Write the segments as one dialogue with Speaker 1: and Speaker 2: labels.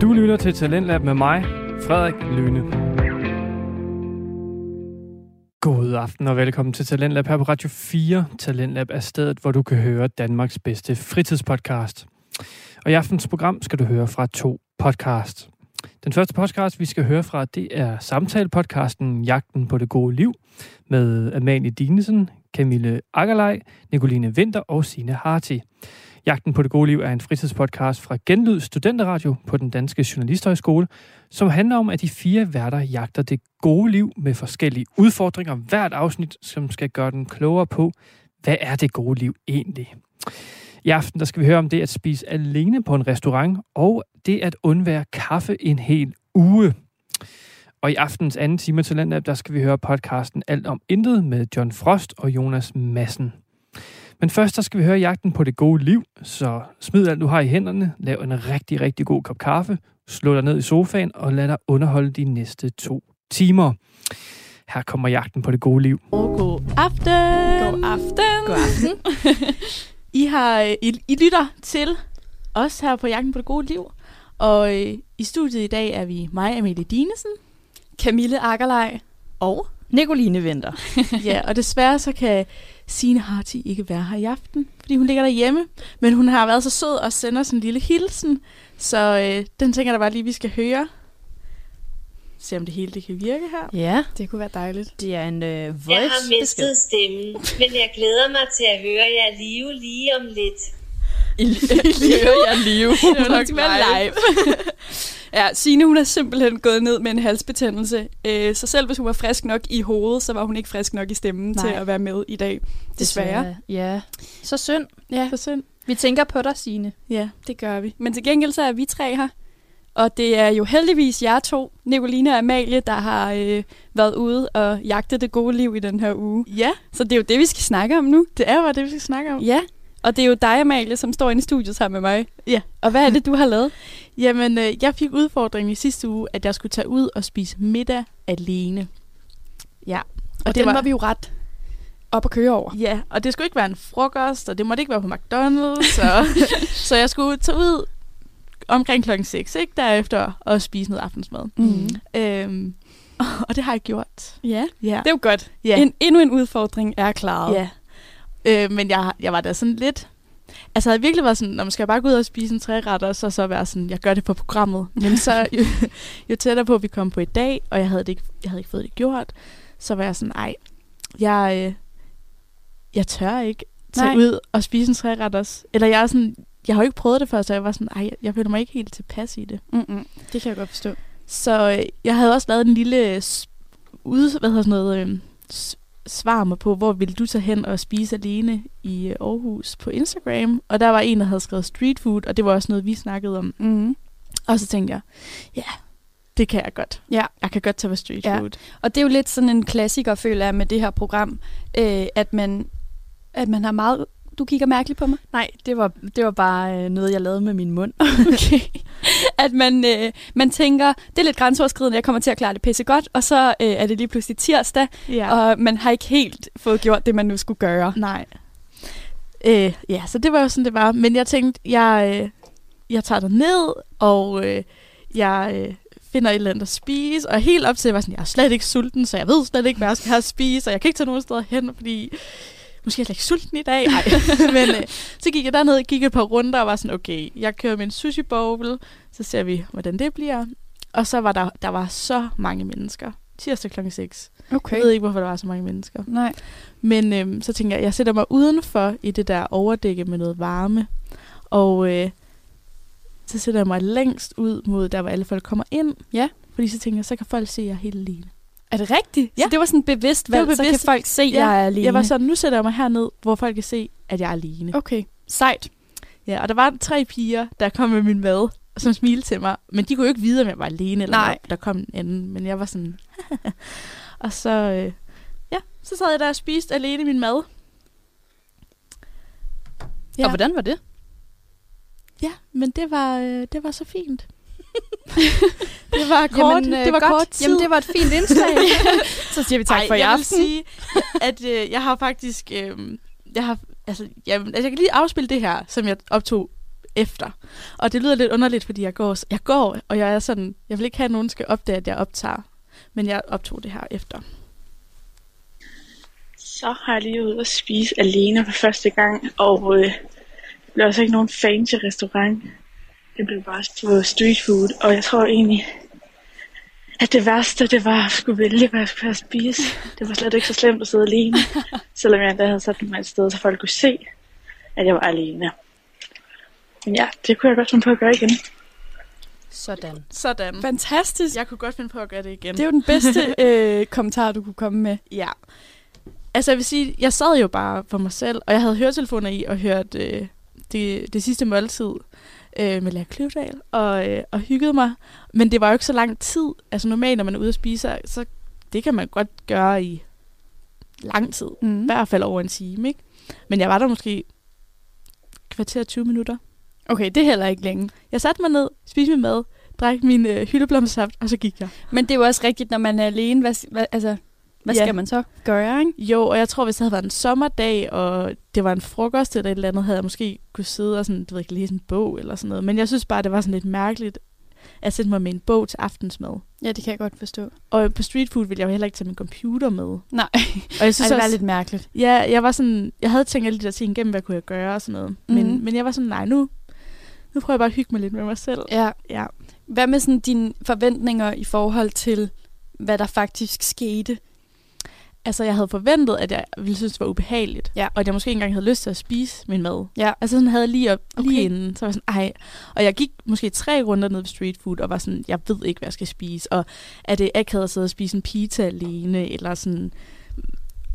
Speaker 1: Du lytter til Talentlab med mig, Frederik Lyne. God aften og velkommen til Talentlab her på Radio 4. Talentlab er stedet, hvor du kan høre Danmarks bedste fritidspodcast. Og i aftens program skal du høre fra to podcast. Den første podcast, vi skal høre fra, det er samtalepodcasten Jagten på det gode liv med Amalie Dinesen, Camille Akkerlej, Nicoline Vinter og Sine Harti. Jagten på det gode liv er en fritidspodcast fra Genlyd Studenteradio på den Danske Journalisthøjskole, som handler om, at de fire værter jagter det gode liv med forskellige udfordringer hvert afsnit, som skal gøre den klogere på, hvad er det gode liv egentlig? I aften der skal vi høre om det at spise alene på en restaurant, og det at undvære kaffe en hel uge. Og i aftens anden time til Landlab, der skal vi høre podcasten Alt om Intet med John Frost og Jonas Massen. Men først så skal vi høre jagten på det gode liv, så smid alt du har i hænderne, lav en rigtig, rigtig god kop kaffe, slå dig ned i sofaen og lad dig underholde de næste to timer. Her kommer jagten på det gode liv.
Speaker 2: Og god aften.
Speaker 3: God aften.
Speaker 2: God aften. I, har, øh, I, I lytter til os her på Jagten på det gode liv. Og øh, i studiet i dag er vi mig, Amelie Dinesen.
Speaker 3: Camille Akkerlej.
Speaker 2: Og?
Speaker 4: Nicoline Venter.
Speaker 2: Ja, og desværre så kan Signe Harti ikke være her i aften, fordi hun ligger derhjemme. Men hun har været så sød og sender os en lille hilsen. Så øh, den tænker jeg da bare lige, vi skal høre. Se om det hele det kan virke her.
Speaker 4: Ja,
Speaker 3: Det kunne være dejligt.
Speaker 4: det er en øh, voice.
Speaker 5: Jeg har mistet stemmen, men jeg glæder mig til at høre jer live lige om lidt.
Speaker 3: I, lever jeg live. det var nok mere live. ja, Signe hun er simpelthen gået ned med en halsbetændelse. Øh, så selv hvis hun var frisk nok i hovedet, så var hun ikke frisk nok i stemmen Nej.
Speaker 4: Nej.
Speaker 3: til at være med i dag. Desværre.
Speaker 4: Ja. Så synd.
Speaker 3: Ja,
Speaker 2: Så synd.
Speaker 4: Vi tænker på dig, Signe.
Speaker 2: Ja,
Speaker 3: det gør vi. Men til gengæld så er vi tre her. Og det er jo heldigvis jer to, Nicoline og Amalie, der har øh, været ude og jagtet det gode liv i den her uge.
Speaker 2: ja
Speaker 3: Så det er jo det, vi skal snakke om nu.
Speaker 2: det er jo bare det, vi skal snakke om.
Speaker 3: Ja, og det er jo dig, Amalie, som står inde i studiet sammen med mig.
Speaker 2: Ja.
Speaker 3: Og hvad er det, du har lavet?
Speaker 2: Jamen, øh, jeg fik udfordringen i sidste uge, at jeg skulle tage ud og spise middag alene. Ja, og, det
Speaker 3: Og den
Speaker 2: var,
Speaker 3: var vi jo ret op at køre over.
Speaker 2: Ja, og det skulle ikke være en frokost, og det måtte ikke være på McDonald's, så, så jeg skulle tage ud omkring klokken 6, ikke? Derefter og spise noget aftensmad.
Speaker 3: Mm.
Speaker 2: Øhm, og det har jeg gjort.
Speaker 3: Ja,
Speaker 2: Ja.
Speaker 3: det er jo godt.
Speaker 2: Ja.
Speaker 3: En, endnu en udfordring er klaret.
Speaker 2: Ja. Øh, men jeg, har- jeg var da sådan lidt... Altså, jeg havde virkelig været sådan, når man skal jeg bare gå ud og spise en træretter, og så, så være sådan, jeg gør det på programmet. Men så jo, jo tættere på, at vi kom på i dag, og jeg havde, det ikke, jeg havde ikke fået det gjort, så var jeg sådan, ej, jeg, øh, jeg tør ikke tage
Speaker 3: Nej.
Speaker 2: ud og spise en træretters. Eller jeg er sådan, jeg har jo ikke prøvet det før, så jeg var sådan, ej, jeg, jeg føler mig ikke helt tilpas i det.
Speaker 3: Mm-mm. Det kan jeg godt forstå.
Speaker 2: Så øh, jeg havde også lavet en lille øh, s- ud, hvad hedder sådan noget, øh, s- svar mig på, hvor ville du tage hen og spise alene i øh, Aarhus på Instagram. Og der var en, der havde skrevet street food, og det var også noget, vi snakkede om.
Speaker 3: Mm.
Speaker 2: Og så tænkte jeg, ja, det kan jeg godt.
Speaker 3: Ja.
Speaker 2: Jeg kan godt tage på street
Speaker 3: Ja.
Speaker 2: food.
Speaker 3: Og det er jo lidt sådan en klassiker, føler jeg, med det her program, øh, at, man, at man har meget... Du kigger mærkeligt på mig.
Speaker 4: Nej, det var, det var bare øh, noget, jeg lavede med min mund.
Speaker 3: Okay. At man, øh, man tænker, det er lidt grænseoverskridende, jeg kommer til at klare det pisse godt, og så øh, er det lige pludselig tirsdag, ja.
Speaker 2: Ja.
Speaker 3: og man har ikke helt fået gjort det, man nu skulle gøre.
Speaker 2: Nej. Øh, ja, så det var jo sådan, det var. Men jeg tænkte, jeg, øh, jeg tager dig ned, og øh, jeg øh, finder et eller andet at spise. Og helt op til, jeg var sådan, jeg er slet ikke sulten, så jeg ved slet ikke, hvad jeg skal have at spise. Og jeg kan ikke tage nogen steder hen, fordi måske er jeg slet ikke sulten i dag. Ej. Men øh, så gik jeg derned, gik et par runder og var sådan, okay, jeg kører min sushi bowl, så ser vi, hvordan det bliver. Og så var der, der var så mange mennesker. Tirsdag kl. 6.
Speaker 3: Okay.
Speaker 2: Jeg ved ikke, hvorfor der var så mange mennesker.
Speaker 3: Nej.
Speaker 2: Men øhm, så tænker jeg, jeg sætter mig udenfor i det der overdække med noget varme. Og øh, så sætter jeg mig længst ud mod der, hvor alle folk kommer ind.
Speaker 3: Ja.
Speaker 2: Fordi så tænker jeg, så kan folk se, at jeg er helt alene.
Speaker 3: Er det rigtigt? Ja.
Speaker 2: Ja.
Speaker 3: Så det var sådan et bevidst
Speaker 2: Det var
Speaker 3: valg, bevidst. så kan
Speaker 2: bevidst.
Speaker 3: folk se, at
Speaker 2: Ja.
Speaker 3: jeg er alene.
Speaker 2: Jeg var sådan, nu sætter jeg mig herned, hvor folk kan se, at jeg er alene.
Speaker 3: Okay, sejt.
Speaker 2: Ja, og der var tre piger, der kom med min mad, som smilte til mig. Men de kunne jo ikke vide, om jeg var alene, eller
Speaker 3: Nej.
Speaker 2: Nej. der kom en anden. Men jeg var sådan... og så... Øh, ja, så sad jeg der og spiste alene min mad. Ja.
Speaker 4: Og hvordan var det?
Speaker 2: Ja, men det var, øh, det var så fint. det var kort,
Speaker 4: Jamen, øh,
Speaker 2: det var
Speaker 4: godt.
Speaker 2: kort tid.
Speaker 4: Jamen, det var et fint indslag.
Speaker 3: Så siger vi tak Ej,
Speaker 2: Ej,
Speaker 3: for i
Speaker 2: jeg vil
Speaker 3: aften.
Speaker 2: sige, at øh, jeg har faktisk... Øh, jeg har, altså, jamen, altså, jeg kan lige afspille det her, som jeg optog efter. Og det lyder lidt underligt, fordi jeg går, jeg går og jeg er sådan, jeg vil ikke have, at nogen skal opdage, at jeg optager. Men jeg optog det her efter.
Speaker 6: Så har jeg lige været ude og spise alene for første gang, og øh, det blev altså ikke nogen fancy restaurant. Det blev bare på street food, og jeg tror egentlig, at det værste, det var at skulle vælge, hvad jeg skulle have at spise. Det var slet ikke så slemt at sidde alene, selvom jeg endda havde sat mig et sted, så folk kunne se, at jeg var alene. Men ja, det kunne jeg godt finde på at gøre igen.
Speaker 4: Sådan.
Speaker 2: Sådan.
Speaker 3: Fantastisk.
Speaker 2: Jeg kunne godt finde på at gøre det igen.
Speaker 3: Det er jo den bedste øh, kommentar, du kunne komme med.
Speaker 2: Ja. Altså jeg vil sige, jeg sad jo bare for mig selv, og jeg havde høretelefoner i og hørt øh, det, det sidste måltid øh, med Lær Kløvedal og, øh, og hyggede mig. Men det var jo ikke så lang tid. Altså normalt, når man er ude og spise, så det kan man godt gøre i lang tid. I
Speaker 3: Mm.
Speaker 2: hvert fald over en time, ikke? Men jeg var der måske kvarter 20 minutter.
Speaker 3: Okay, det er heller ikke længe.
Speaker 2: Jeg satte mig ned, spiste min mad, drak min øh, hyldeblomstsaft, og så gik jeg.
Speaker 3: Men det er jo også rigtigt, når man er alene. Hvad, hvad, altså, hvad
Speaker 2: Ja.
Speaker 3: skal man så gøre, ikke?
Speaker 2: Jo, og jeg tror, hvis det havde været en sommerdag, og det var en frokost eller et eller andet, havde jeg måske kunne sidde og sådan, du ved ikke, læse en bog eller sådan noget. Men jeg synes bare, det var sådan lidt mærkeligt at sætte mig med en bog til aftensmad.
Speaker 3: Ja, det kan jeg godt forstå.
Speaker 2: Og på street food ville jeg jo heller ikke tage min computer med. Og
Speaker 3: Nej,
Speaker 2: jeg
Speaker 3: Ej,
Speaker 2: synes
Speaker 3: det var
Speaker 2: også,
Speaker 3: lidt mærkeligt.
Speaker 2: ja, jeg var sådan, jeg havde tænkt alle de der ting igennem, hvad kunne jeg gøre og sådan noget. Mm.
Speaker 3: Mhm.
Speaker 2: Men, men jeg var sådan, nej, nu, nu prøver jeg bare at hygge mig lidt med mig selv.
Speaker 3: Ja.
Speaker 2: Ja.
Speaker 3: Hvad med sådan dine forventninger i forhold til, hvad der faktisk skete?
Speaker 2: Altså, jeg havde forventet, at jeg ville synes, det var ubehageligt.
Speaker 3: Ja.
Speaker 2: Og at jeg måske ikke engang havde lyst til at spise min mad.
Speaker 3: Ja.
Speaker 2: Altså sådan havde jeg lige, op, okay. lige
Speaker 3: Okay.
Speaker 2: inden, så var jeg sådan, ej. Og jeg gik måske tre runder ned på street food, og var sådan, jeg ved ikke, hvad jeg skal spise. Og er det akavet at sidde og spise en pizza alene, eller sådan...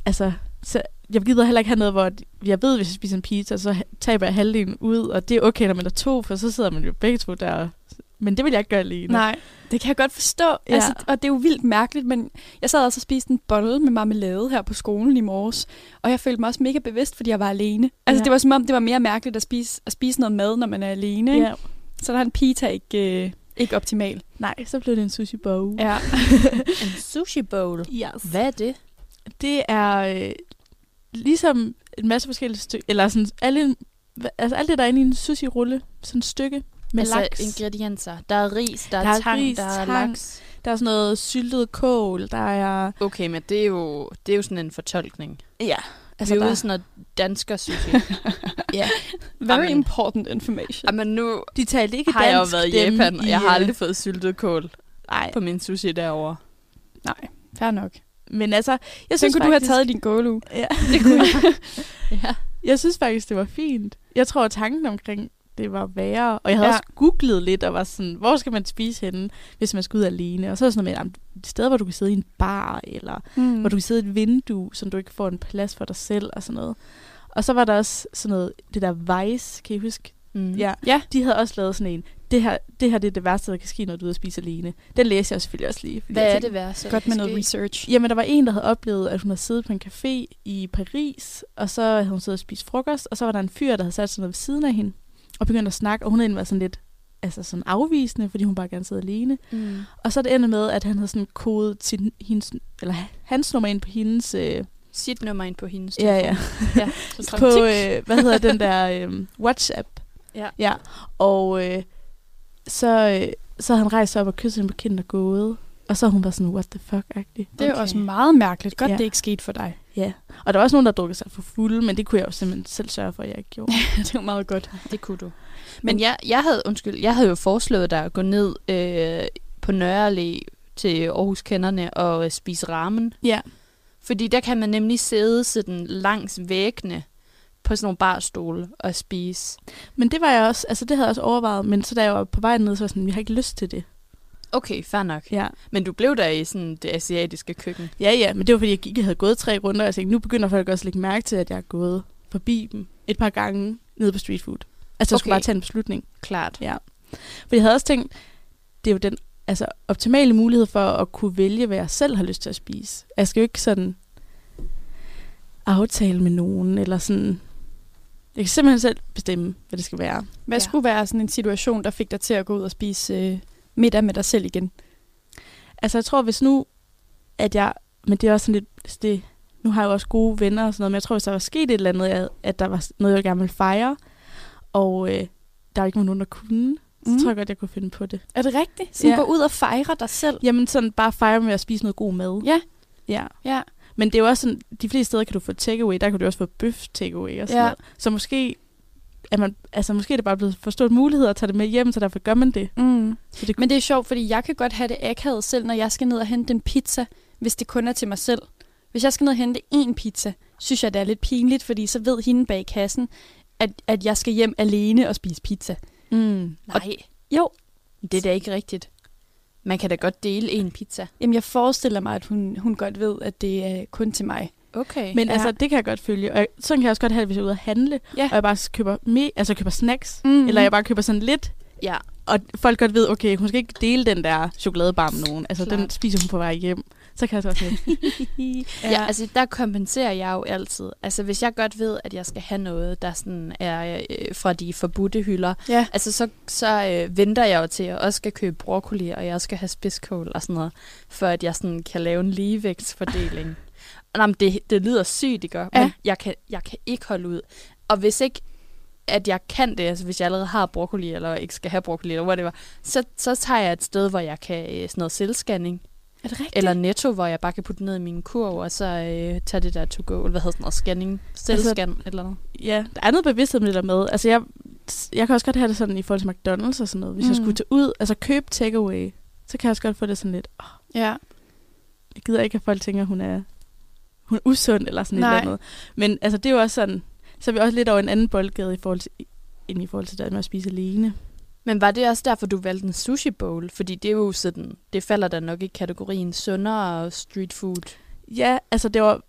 Speaker 2: Altså, så jeg gider heller ikke have noget, hvor jeg ved, hvis jeg spiser en pizza, så ha- taber jeg halvdelen ud, og det er okay, når man er to, for så sidder man jo begge to der. og- Men det vil jeg ikke gøre alene.
Speaker 3: Nej, det kan jeg godt forstå. Ja.
Speaker 2: Ja.
Speaker 3: Altså, og det er jo vildt mærkeligt, men jeg sad også og spiste en bolle med marmelade her på skolen i morges, og jeg følte mig også mega bevidst, fordi jeg var alene. Altså, ja.
Speaker 2: Ja.
Speaker 3: det var som om, det var mere mærkeligt at spise, at spise noget mad, når man er alene. Ikke?
Speaker 2: Ja.
Speaker 3: Ja. Så der er en pita ikke, øh, ikke optimal.
Speaker 2: Nej, så blev det en sushi bowl.
Speaker 3: Ja.
Speaker 4: En sushi bowl.
Speaker 2: Yes.
Speaker 4: Hvad er det?
Speaker 2: Det er øh, ligesom en masse forskellige stykker, eller sådan alle, hva- altså alt det, der er inde i en sushi-rulle, sådan et stykke med
Speaker 4: altså
Speaker 2: altså laks.
Speaker 4: ingredienser. Der er ris, der er,
Speaker 2: Der er
Speaker 4: tang,
Speaker 2: ris,
Speaker 4: der er
Speaker 2: tang.
Speaker 4: laks.
Speaker 2: Der er sådan noget syltet kål, der er...
Speaker 4: Okay, men det er jo, det er jo sådan en fortolkning.
Speaker 2: Ja,
Speaker 4: Altså,
Speaker 2: altså
Speaker 4: vi er
Speaker 2: der,
Speaker 4: ude i sådan noget dansker sushi.
Speaker 3: Very
Speaker 4: Amen.
Speaker 3: important information.
Speaker 4: Jamen nu
Speaker 2: de talte ikke
Speaker 4: har
Speaker 2: dansk.
Speaker 4: jeg jo været i
Speaker 2: dem
Speaker 4: Japan, og jeg har
Speaker 2: øh,
Speaker 4: aldrig fået syltet kål
Speaker 2: Nej,
Speaker 4: på min sushi derovre.
Speaker 3: Nej, fair nok.
Speaker 2: men altså... Jeg
Speaker 3: Jeg synes,
Speaker 2: faktisk,
Speaker 3: kunne du have taget i din gåluge.
Speaker 2: Ja.
Speaker 3: Det kunne
Speaker 4: Ja.
Speaker 2: jeg synes faktisk, det var fint. Jeg tror, at tanken omkring det var værre. Og jeg havde
Speaker 3: Ja.
Speaker 2: ja. også googlet lidt og var sådan, hvor skal man spise henne, hvis man skal ud alene? Og så er det sådan noget med, jamen, et sted, hvor du kan sidde i en bar, eller
Speaker 3: Mm.
Speaker 2: hvor du kan sidde i et vindue, så du ikke får en plads for dig selv og sådan noget. Og så var der også sådan noget, det der Vice, kan I huske?
Speaker 4: Mm.
Speaker 2: Ja.
Speaker 3: Ja.
Speaker 2: De havde også lavet sådan en, det her, det her det er det værste, der kan ske, når du er ude og spiser alene. Den læser jeg selvfølgelig også lige. fordi jeg tænkte-
Speaker 4: værste?
Speaker 3: Godt med noget research.
Speaker 2: Jamen, der var en, der havde oplevet, at hun havde siddet på en café i Paris, og så havde hun siddet og spist frokost, og så var der en fyr, der havde sat sig ned ved siden af hende, og begyndte at snakke, og hun egentlig var sådan lidt altså sådan afvisende, fordi hun bare gerne sidder alene.
Speaker 4: Mm.
Speaker 2: Og så er det endte med, at han havde sådan kodet sin, hendes, eller hans nummer ind på hendes øh,
Speaker 4: Sit nummer ind på hendes
Speaker 2: Ja, ja.
Speaker 4: ja.
Speaker 2: på, øh, hvad hedder den der, øh, WhatsApp.
Speaker 4: Ja.
Speaker 2: ja. Og øh, så, øh, så havde han rejst sig op og kysset hende på kinden og gået. Og så har hun var sådan, what the fuck-agtig.
Speaker 3: Det er jo
Speaker 4: Okay.
Speaker 3: også meget mærkeligt. Godt,
Speaker 2: Ja.
Speaker 3: det ikke skete for dig.
Speaker 2: Og der var også nogen, der drukkede sig for fulde, men det kunne jeg jo simpelthen selv sørge for, at jeg ikke gjorde.
Speaker 3: det var meget godt.
Speaker 4: Det kunne du. Men jeg, jeg, havde, undskyld, jeg havde jo foreslået dig at gå ned øh, på Nørre Allé til Aarhus Kenderne og øh, spise ramen.
Speaker 2: Ja.
Speaker 4: Fordi der kan man nemlig sidde sådan langs væggene på sådan nogle barstole og spise.
Speaker 2: Men det var jeg også, altså det havde jeg også overvejet, men så da jeg var på vej ned, så var jeg sådan, jeg har ikke lyst til det.
Speaker 4: Okay, fair nok.
Speaker 2: Ja,
Speaker 4: Men du blev der i sådan det asiatiske køkken.
Speaker 2: ja, ja men det var fordi, jeg gik, jeg havde gået tre runder, og jeg tænkte, nu begynder folk også at lægge mærke til, at jeg er gået forbi dem et par gange nede på street food. Altså, jeg okay. skulle
Speaker 4: Okay.
Speaker 2: bare tage en beslutning.
Speaker 4: Klart.
Speaker 2: For jeg havde også tænkt, det er jo den altså, optimale mulighed for at kunne vælge, hvad jeg selv har lyst til at spise. Jeg skal jo ikke sådan aftale med nogen, eller sådan... Jeg kan simpelthen selv bestemme, hvad det skal være.
Speaker 3: Hvad ja.
Speaker 4: Ja.
Speaker 3: skulle være sådan en situation, der fik dig til at gå ud og spise øh, middag med dig selv igen?
Speaker 2: Altså, jeg tror, hvis nu, at jeg... Men det er også sådan lidt... altså, Det, nu har jeg jo også gode venner og sådan noget, men jeg tror, hvis der var sket et eller andet, jeg- at der var noget, jeg gerne ville fejre, og øh, der ikke var nogen, der kunne, så
Speaker 3: Mm.
Speaker 2: tror jeg godt, jeg kunne finde på det.
Speaker 3: Er det rigtigt? Sådan
Speaker 2: Ja.
Speaker 3: ja. gå ud og fejre dig selv.
Speaker 2: Jamen sådan bare fejre med at spise noget god mad.
Speaker 3: Ja.
Speaker 2: ja.
Speaker 3: Ja.
Speaker 2: Men det er jo også sådan, de fleste steder kan du få takeaway, der kan du også få bøf takeaway og sådan
Speaker 3: Ja.
Speaker 2: noget. Så måske er, man, altså måske er det bare blevet forstået mulighed at tage det med hjem, så derfor gør man det.
Speaker 3: Mm.
Speaker 2: Så det
Speaker 3: Men det er sjovt, fordi jeg kan godt have det akavet selv, når jeg skal ned og hente en pizza, hvis det kun er til mig selv. Hvis jeg skal ned og hente én pizza, synes jeg, det er lidt pinligt, fordi så ved hende bag kassen, at, at jeg skal hjem alene og spise pizza.
Speaker 4: Mm.
Speaker 3: Nej. Jo,
Speaker 4: Det er da ikke rigtigt. Man kan da godt dele en pizza.
Speaker 3: Jamen, jeg forestiller mig, at hun, hun godt ved, at det er kun til mig.
Speaker 4: Okay. Men
Speaker 2: Men ja. altså, det kan jeg godt følge. Og jeg- sådan kan jeg også godt have det, hvis jeg er ude at handle,
Speaker 3: Ja.
Speaker 2: og jeg bare køber, me- altså, køber snacks,
Speaker 3: Mm.
Speaker 2: mm. eller jeg bare køber sådan lidt,
Speaker 4: ja,
Speaker 2: og folk godt ved, okay, hun skal ikke dele den der chokoladebar med nogen. Altså, den
Speaker 4: Klart.
Speaker 2: spiser hun på vej hjem. Så kan jeg så også lidt.
Speaker 4: Ja. ja, altså der kompenserer jeg jo altid. Altså hvis jeg godt ved, at jeg skal have noget, der sådan er øh, fra de forbudte hylder,
Speaker 3: Ja.
Speaker 4: altså så, så øh, venter jeg jo til, at jeg også skal købe broccoli, og jeg også skal have spidskål og sådan noget, for at jeg sådan kan lave en ligevægtsfordeling. Nå, men det, det lyder sygt, det gør, ja.
Speaker 3: Ja.
Speaker 4: men jeg kan, jeg kan ikke holde ud. Og hvis ikke at jeg kan det, altså hvis jeg allerede har broccoli, eller ikke skal have broccoli, eller whatever, så, så tager jeg et sted, hvor jeg kan øh, sådan noget selvscanning.
Speaker 3: Er det rigtigt?
Speaker 4: Eller netto, hvor jeg bare kan putte ned i min kurv, og så øh, tage det der to go, eller hvad hedder sådan noget, scanning, selvscan, altså, eller noget.
Speaker 2: ja, der er noget bevidsthed med det der med. Altså, jeg, jeg kan også godt have det sådan i forhold til McDonald's og sådan noget. Hvis mm. jeg
Speaker 3: Mm.
Speaker 2: skulle tage ud, altså købe takeaway, så kan jeg også godt få det sådan lidt, åh,
Speaker 3: Ja.
Speaker 2: jeg gider ikke, at folk tænker, hun er, hun er usund eller sådan
Speaker 3: Nej.
Speaker 2: et eller andet. Men altså, det er jo også sådan, så er vi også lidt over en anden boldgade i forhold til, end i forhold til det med at spise alene.
Speaker 4: Men var det også derfor, du valgte en sushi bowl? Fordi det er jo sådan, det falder da nok i kategorien sundere street food.
Speaker 2: Ja, altså det var...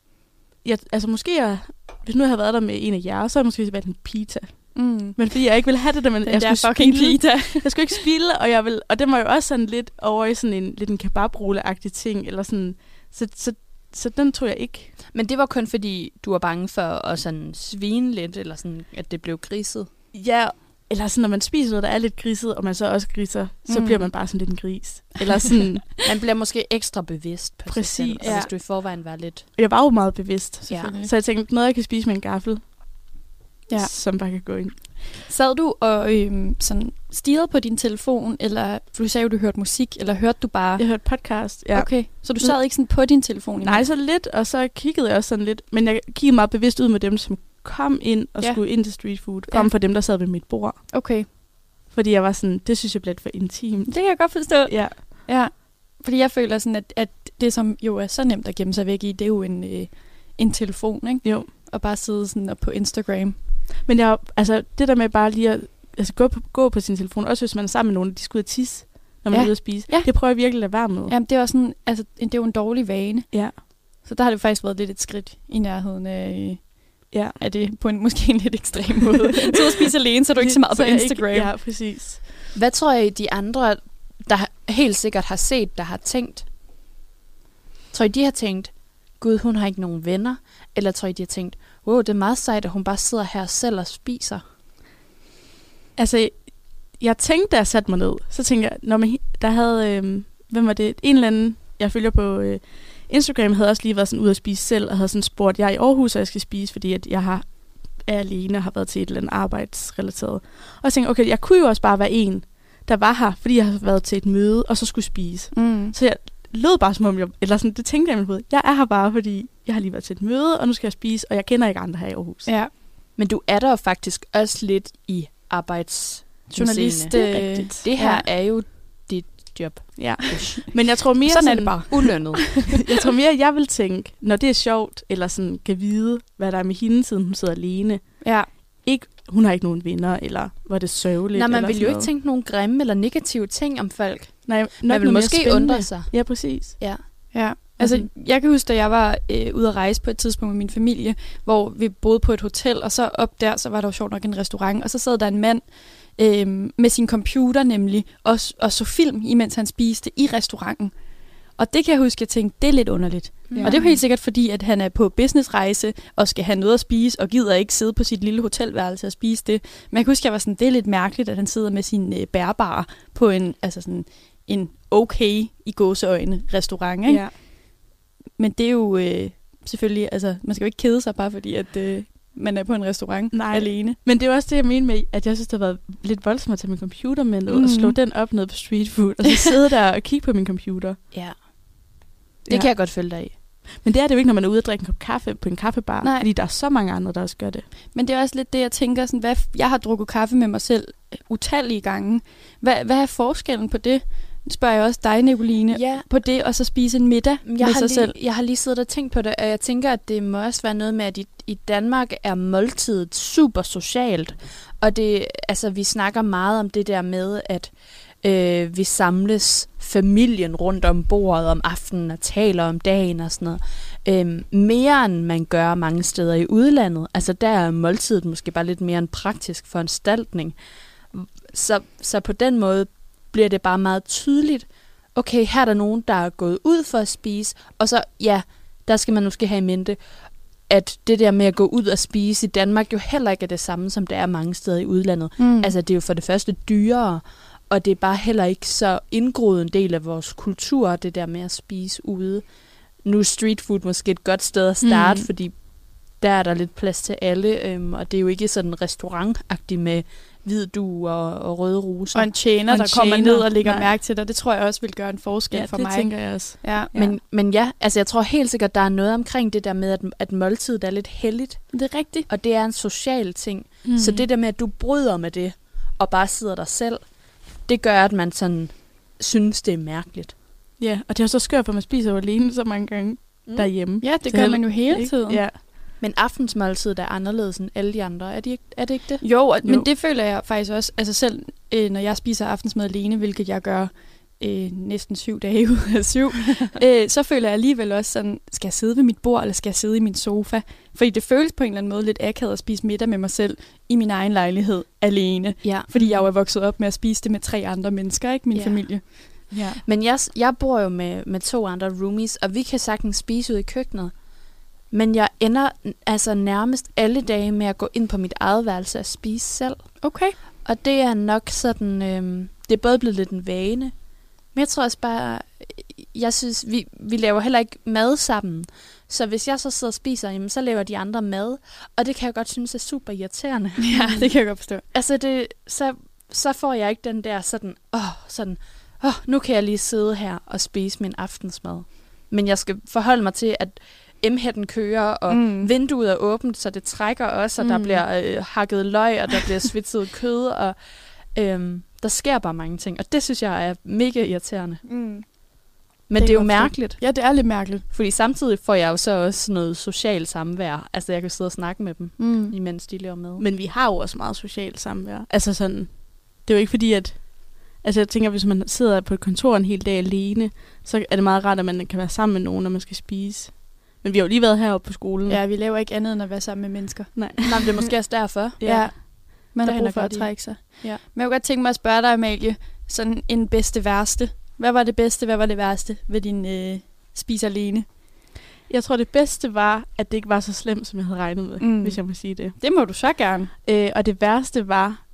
Speaker 2: Jeg, altså måske, jeg, hvis nu jeg havde været der med en af jer, så havde jeg måske valgt en pita.
Speaker 3: Mm.
Speaker 2: Men fordi jeg ikke ville have det der, men
Speaker 3: Den
Speaker 2: jeg
Speaker 3: der
Speaker 2: skulle
Speaker 3: fucking
Speaker 2: spille,
Speaker 3: pita.
Speaker 2: Jeg skulle ikke spille, og, jeg ville, og den var jo også sådan lidt over i sådan en, lidt en kebabrulle-agtig ting, eller sådan, så, så, så den tror jeg ikke.
Speaker 4: Men det var kun fordi, du var bange for at sådan svine lidt, eller sådan, at det blev griset.
Speaker 2: Ja, eller sådan, når man spiser noget, der er lidt griset, og man så også griser, så
Speaker 3: Mm.
Speaker 2: mm. bliver man bare sådan lidt en gris. Eller sådan,
Speaker 4: Man bliver måske ekstra bevidst på
Speaker 2: Præcis.
Speaker 4: sig selv, og
Speaker 3: Ja.
Speaker 4: hvis du i forvejen var lidt...
Speaker 2: jeg var jo meget bevidst.
Speaker 4: Ja.
Speaker 2: Så jeg tænkte, noget jeg kan spise med en gaffel,
Speaker 3: Ja.
Speaker 2: ja. som bare kan gå ind.
Speaker 3: Sad du og øhm, sådan stirrede på din telefon, eller for du sagde jo, du hørte musik, eller hørte du bare...
Speaker 2: Jeg hørte podcast, ja.
Speaker 3: Okay, så du sad ikke sådan på din telefon?
Speaker 2: Mm. Nej, så lidt, og så kiggede jeg også sådan lidt. Men jeg kiggede meget bevidst ud med dem, som kom ind og
Speaker 3: Ja.
Speaker 2: ja. skulle ind til street food.
Speaker 3: Ja.
Speaker 2: Kom ja. for dem, der sad ved mit bord.
Speaker 3: Okay,
Speaker 2: Fordi jeg var sådan, det synes jeg bliver lidt for intimt.
Speaker 3: det kan jeg godt forstå.
Speaker 2: Ja,
Speaker 3: Ja, fordi jeg føler sådan, at, at det, som jo er så nemt at gemme sig væk i, det er jo en, øh, en telefon, ikke?
Speaker 2: jo.
Speaker 3: Og bare sidde sådan og på Instagram.
Speaker 2: Men jeg, altså, det der med bare lige at altså, gå, på, gå på sin telefon, også hvis man er sammen med nogen, de skulle ud og tisse, når man
Speaker 3: Ja.
Speaker 2: er ude at spise.
Speaker 3: Ja.
Speaker 2: Det prøver jeg virkelig at lade være med.
Speaker 3: Jamen, det er, også sådan, altså, det er jo en dårlig vane.
Speaker 2: Ja.
Speaker 3: Så der har det faktisk været lidt et skridt i nærheden af,
Speaker 2: Ja.
Speaker 3: af det, på en måske en lidt ekstrem måde. Så at spise alene, så er du ikke så meget på
Speaker 2: jeg
Speaker 3: Instagram.
Speaker 2: Ikke, ja, præcis.
Speaker 4: Hvad tror I, de andre, der helt sikkert har set, der har tænkt? Tror I, de har tænkt, gud, hun har ikke nogen venner? Eller tror I, de har tænkt, wow, det er meget sejt, at hun bare sidder her selv og spiser?
Speaker 2: Altså, jeg tænkte, da jeg satte mig ned, så tænkte jeg, når man, der havde, øh, hvem var det, en eller anden, jeg følger på øh, Instagram, havde også lige været sådan ude at spise selv, og havde sådan spurgt, jeg er i Aarhus, og jeg skal spise, fordi at jeg har, er alene og har været til et eller andet arbejdsrelateret. Og jeg tænkte, okay, jeg kunne jo også bare være en, der var her, fordi jeg har været til et møde, og så skulle spise.
Speaker 3: Mm.
Speaker 2: Så jeg lød bare som om, jeg, eller sådan, det tænkte jeg i mit hoved, jeg er her bare, fordi jeg har lige været til et møde, og nu skal jeg spise, og jeg kender ikke andre her i Aarhus.
Speaker 3: Ja,
Speaker 4: Men du er der jo faktisk også lidt i arbejds...
Speaker 3: journalist.
Speaker 2: Det er
Speaker 3: øh,
Speaker 2: rigtigt.
Speaker 4: Det her
Speaker 3: Ja.
Speaker 4: ja. er jo dit job.
Speaker 2: Ja. Men jeg tror mere
Speaker 4: Mere sådan, er det bare. Ulønnet.
Speaker 2: Jeg tror mere, jeg vil tænke, når det er sjovt, eller sådan kan vide, hvad der er med hende, siden hun sidder alene.
Speaker 3: ja.
Speaker 2: Ikke, hun har ikke nogen venner, eller var det sørgeligt.
Speaker 4: Nej, man
Speaker 2: eller
Speaker 4: vil
Speaker 2: sådan
Speaker 4: jo ikke
Speaker 2: noget.
Speaker 4: tænke nogle grimme eller negative ting om folk.
Speaker 2: Nej, nok
Speaker 4: Man vil
Speaker 2: noget mere
Speaker 4: måske
Speaker 2: spændende.
Speaker 4: undre sig.
Speaker 2: Ja, præcis.
Speaker 3: Ja, altså
Speaker 2: Mhm.
Speaker 3: jeg kan huske, da jeg var øh, ude at rejse på et tidspunkt med min familie, hvor vi boede på et hotel, og så op der, så var der jo sjovt nok en restaurant, og så sad der en mand øh, med sin computer nemlig, og, s- og så film, imens han spiste i restauranten. Og det kan jeg huske, jeg tænkte, det er lidt underligt. Ja. Og det er jo helt sikkert fordi, at han er på businessrejse, og skal have noget at spise, og gider ikke sidde på sit lille hotelværelse og spise det. Men jeg kan huske, jeg var sådan, det er lidt mærkeligt, at han sidder med sin øh, bærbare på en, altså sådan, en okay i gåseøjne restaurant. Ikke?
Speaker 2: Ja.
Speaker 3: Men det er jo øh, selvfølgelig, altså man skal jo ikke kede sig bare fordi, at øh, man er på en restaurant
Speaker 2: Nej.
Speaker 3: alene.
Speaker 2: Men det er jo også det, jeg mener med, at jeg synes, det har været lidt voldsomt at tage min computer med ned mm. og slå
Speaker 3: Mhm.
Speaker 2: den op ned på street food, og så sidde der og kigge på min computer.
Speaker 4: Ja. Det
Speaker 2: Ja.
Speaker 4: ja. kan jeg godt følge dig i.
Speaker 2: Men det er det jo ikke, når man er ude og drikke en kop kaffe på en kaffebar,
Speaker 3: Nej.
Speaker 2: fordi der er så mange andre, der også gør det.
Speaker 3: Men det er også lidt det, jeg tænker, sådan, hvad, f- jeg har drukket kaffe med mig selv øh, utallige gange. Hvad, hvad er forskellen på det? Spørger jeg også dig, Nicoline, ja. på det, og så spise en middag
Speaker 4: Men
Speaker 3: med
Speaker 4: Jeg har,
Speaker 3: sig
Speaker 4: lige,
Speaker 3: selv.
Speaker 4: jeg har lige siddet og tænkt på det, og jeg tænker, at det må også være noget med, at i, i Danmark er måltidet super socialt. Og det, altså, vi snakker meget om det der med, at øh, vi samles familien rundt om bordet om aftenen og taler om dagen og sådan noget. Øhm, mere end man gør mange steder i udlandet. Altså der er måltidet måske bare lidt mere en praktisk foranstaltning. Så, så på den måde bliver det bare meget tydeligt, okay, her er der nogen, der er gået ud for at spise, og så, ja, der skal man måske have i mente, at det der med at gå ud og spise i Danmark jo heller ikke er det samme, som det er mange steder i udlandet.
Speaker 3: Mm.
Speaker 4: Altså, det er jo for det første dyrere, og det er bare heller ikke så indgroet en del af vores kultur, det der med at spise ude. Nu er street food måske et godt sted at starte,
Speaker 3: Mm.
Speaker 4: mm. fordi der er der lidt plads til alle, øhm, og det er jo ikke sådan restaurantagtigt med hvid du og, og røde roser.
Speaker 3: og en tjener,
Speaker 2: Og en
Speaker 3: der kommer
Speaker 2: tjener.
Speaker 3: ned og lægger
Speaker 2: Nej.
Speaker 3: mærke til dig. Det tror jeg også vil gøre en forskel for
Speaker 2: det
Speaker 3: mig.
Speaker 2: tænker jeg også.
Speaker 3: Ja.
Speaker 4: Ja. Men, men ja, altså jeg tror helt sikkert, der er noget omkring det der med, at, at måltidet er lidt heldigt,
Speaker 3: det er rigtigt.
Speaker 4: og det er en social ting.
Speaker 2: Mhm.
Speaker 4: Mm.
Speaker 3: Hmm.
Speaker 4: Så det der med, at du bryder med det, og bare sidder der selv, det gør, at man sådan synes, det er mærkeligt.
Speaker 2: Ja, og det er jo så skørt, for man spiser jo alene så mange gange mm. derhjemme.
Speaker 3: Ja, det
Speaker 2: Så
Speaker 3: gør
Speaker 2: heller-
Speaker 3: man jo hele
Speaker 2: Ikke?
Speaker 3: tiden.
Speaker 2: Ja.
Speaker 4: Men aftensmåltidet er anderledes end alle de andre. Er, de ikke, er det ikke det?
Speaker 3: Jo, og,
Speaker 2: Jo.
Speaker 3: men det føler jeg faktisk også, altså selv øh, når jeg spiser aftensmad alene, hvilket jeg gør øh, næsten syv dage ud af syv, øh, så føler jeg alligevel også sådan, skal jeg sidde ved mit bord, eller skal jeg sidde i min sofa? Fordi det føles på en eller anden måde lidt akavet at spise middag med mig selv i min egen lejlighed alene.
Speaker 4: Ja.
Speaker 3: Fordi
Speaker 2: Mm.
Speaker 3: jeg jo er vokset op med at spise det med tre andre mennesker, ikke min
Speaker 4: Ja.
Speaker 3: familie.
Speaker 2: ja.
Speaker 4: Men jeg, jeg bor jo med, med to andre roomies, og vi kan sagtens spise ud i køkkenet. Men jeg ender altså nærmest alle dage med at gå ind på mit eget værelse og spise selv.
Speaker 3: Okay.
Speaker 4: Og det er nok sådan, øhm, det er både blevet lidt en vane, men jeg tror også bare, øh, jeg synes, vi, vi laver heller ikke mad sammen. Så hvis jeg så sidder og spiser, jamen, så laver de andre mad, og det kan jeg godt synes er super irriterende.
Speaker 3: Ja, Ah, det kan jeg godt forstå.
Speaker 4: Altså, det, så, så får jeg ikke den der sådan, åh, sådan, åh, nu kan jeg lige sidde her og spise min aftensmad. Men jeg skal forholde mig til, at M-hætten kører, og
Speaker 3: Mm.
Speaker 4: vinduet er åbent, så det trækker også, og mm. der
Speaker 3: Mm.
Speaker 4: bliver øh, hakket løg, og der bliver svitset kød, og øhm, der sker bare mange ting. Og det synes jeg er mega irriterende.
Speaker 3: Mm.
Speaker 4: Men det,
Speaker 3: Det
Speaker 4: det
Speaker 3: kan
Speaker 4: er jo
Speaker 3: jeg godt forstå.
Speaker 4: mærkeligt,
Speaker 3: Ja, det er lidt mærkeligt.
Speaker 4: fordi samtidig får jeg jo så også noget socialt samvær. Altså, jeg kan sidde og snakke med dem,
Speaker 3: Mm.
Speaker 4: imens de laver med.
Speaker 2: Men vi har jo også meget socialt samvær. Altså sådan, det er jo ikke fordi, at... Altså jeg tænker, hvis man sidder på et kontor en hel dag alene, så er det meget rart, at man kan være sammen med nogen, når man skal spise. Men vi har jo lige været heroppe på skolen.
Speaker 3: Ja, vi laver ikke andet end at være sammen med mennesker.
Speaker 2: Nej.
Speaker 4: Nå, men det er måske også derfor.
Speaker 2: Ja.
Speaker 3: Ja. Man
Speaker 4: Der
Speaker 3: har
Speaker 4: hænder
Speaker 3: brug for
Speaker 4: godt
Speaker 3: at
Speaker 4: i.
Speaker 3: trække sig.
Speaker 4: Ja.
Speaker 3: Men jeg kunne godt tænke mig at spørge dig, Amalie, sådan en bedste værste. Hvad var det bedste, hvad var det værste ved din øh, spis alene?
Speaker 2: Jeg tror, det bedste var, at det ikke var så slemt, som jeg havde regnet med,
Speaker 3: Mm.
Speaker 2: mm. hvis jeg må sige det.
Speaker 3: Det må du så gerne.
Speaker 2: Øh, og det værste var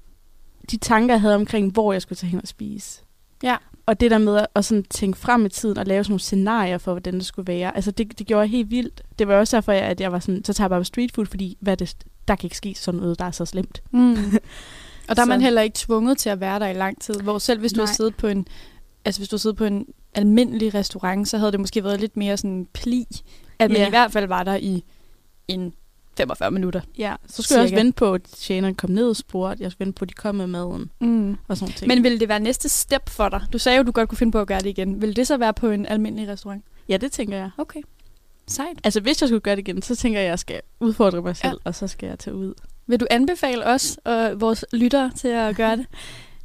Speaker 2: de tanker, jeg havde omkring, hvor jeg skulle tage hen og spise.
Speaker 3: Ja.
Speaker 2: Og det der med at- at sådan tænke frem i tiden og lave sådan nogle scenarier for, hvordan det skulle være. Altså, det, det gjorde jeg helt vildt. Det var også derfor, jeg- at jeg var sådan, så tager jeg bare på street food, fordi hvad er det, der kan ikke ske sådan noget, der er så slemt.
Speaker 3: Mm. Og der er man
Speaker 2: Så-
Speaker 3: heller ikke tvunget til at være der i lang tid, hvor selv hvis du har
Speaker 2: Nej.
Speaker 3: siddet på en, altså hvis du har siddet på en almindelig restaurant, så havde det måske været lidt mere sådan en pli, at man
Speaker 2: Ja.
Speaker 3: i hvert fald var der i en 45 minutter.
Speaker 2: Ja, så skulle Cirka. jeg også
Speaker 3: Cirka.
Speaker 2: vente på, at tjeneren kom ned og spurgte. Jeg skulle vente på, at de kom med maden
Speaker 3: Mm.
Speaker 2: og sådan nogle ting.
Speaker 3: Men ville det være næste step for dig? Du sagde jo, du godt kunne finde på at gøre det igen. Vil det så være på en almindelig restaurant?
Speaker 2: ja, det tænker jeg.
Speaker 3: Okay. Sejt.
Speaker 2: Altså, hvis jeg skulle gøre det igen, så tænker jeg, at jeg skal udfordre mig selv, og så skal jeg tage ud.
Speaker 3: Vil du anbefale os og vores lyttere til at gøre det?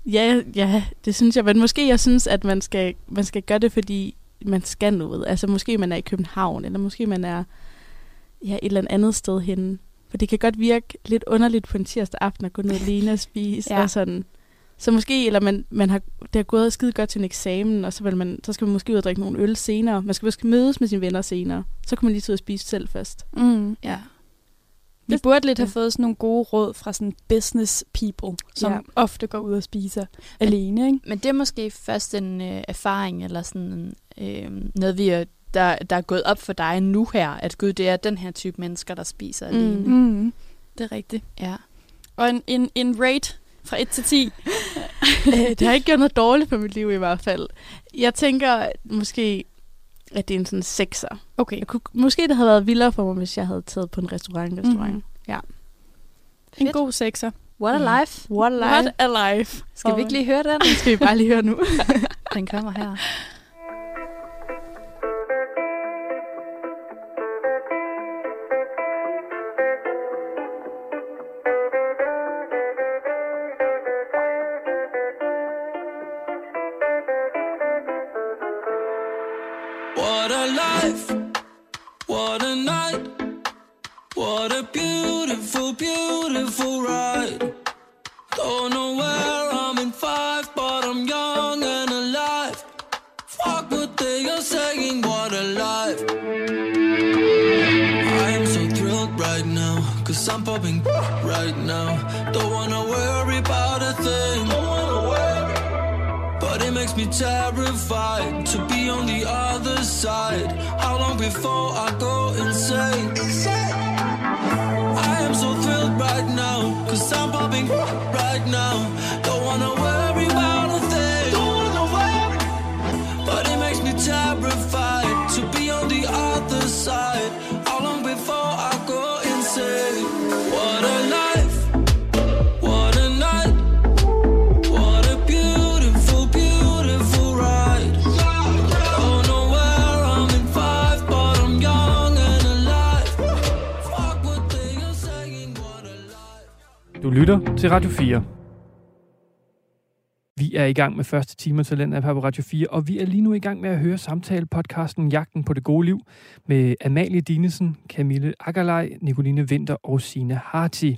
Speaker 2: Ja, ja, det synes jeg. Men måske jeg synes, at man skal, man skal gøre det, fordi man skal noget. Altså måske man er i København, eller måske man er ja, et eller andet sted henne. For det kan godt virke lidt underligt på en tirsdag aften at gå ned alene og spise.
Speaker 3: Ja.
Speaker 2: ja. og sådan. Så måske, eller man, man har, det har gået skide godt til en eksamen, og så, vil man, så skal man måske ud og drikke nogle øl senere. Man skal måske mødes med sine venner senere. Så kan man lige tage ud og spise selv først.
Speaker 3: Mm, ja. Vi
Speaker 2: Det-
Speaker 3: burde lidt have
Speaker 2: ja.
Speaker 3: fået sådan nogle gode råd fra sådan business people, som
Speaker 2: Ja.
Speaker 3: ja. ofte går ud og spiser alene, ikke?
Speaker 4: Men det er måske først en øh, erfaring, eller sådan øh, noget, vi er, der, der er gået op for dig nu her, at gud, det er den her type mennesker, der spiser
Speaker 2: Mm.
Speaker 4: alene.
Speaker 3: Mm. det er rigtigt.
Speaker 4: Ja.
Speaker 3: Og en, en, en rate fra 1 til 10.
Speaker 2: Øh, det har ikke gjort noget dårligt for mit liv i hvert fald. Jeg tænker måske, at det er en sådan sekser.
Speaker 3: Okay.
Speaker 2: Jeg kunne, måske det havde været vildere for mig, hvis jeg havde taget på en restaurant. restaurant.
Speaker 3: Mhm.
Speaker 2: Mm.
Speaker 3: En
Speaker 4: Fedt.
Speaker 3: god sekser.
Speaker 4: What a life.
Speaker 2: What
Speaker 3: What
Speaker 2: life.
Speaker 3: a life.
Speaker 4: Skal vi ikke lige høre den?
Speaker 2: Det skal vi bare lige høre nu.
Speaker 4: Den kommer her.
Speaker 7: What a life, what a night, what a beautiful, beautiful ride. Don't know where I'm in five, but I'm young and alive. Fuck what they are saying, what a life. I am so thrilled right now, cause I'm popping right now. Don't wanna worry about a thing. Don't wanna worry. But it makes me terrified to be on the other side. How long before I go insane? I am so thrilled right now, cause I'm popping right now. Don't wanna worry about a thing. Don't wanna worry. But it makes me terrified to be on the other side. How long before I go insane? What a life, what a night. What a beautiful, beautiful ride. Don't know where I'm in five, but I'm young and alive. Fuck what they are saying, what a life.
Speaker 1: Du lytter til Radio 4. Vi er i gang med første timer til den her på Radio 4, og vi er lige nu i gang med at høre samtale-podcasten Jagten på det gode liv med Amalie Dinesen, Camille Akkerlej, Nicoline Vinter og Sina Harti.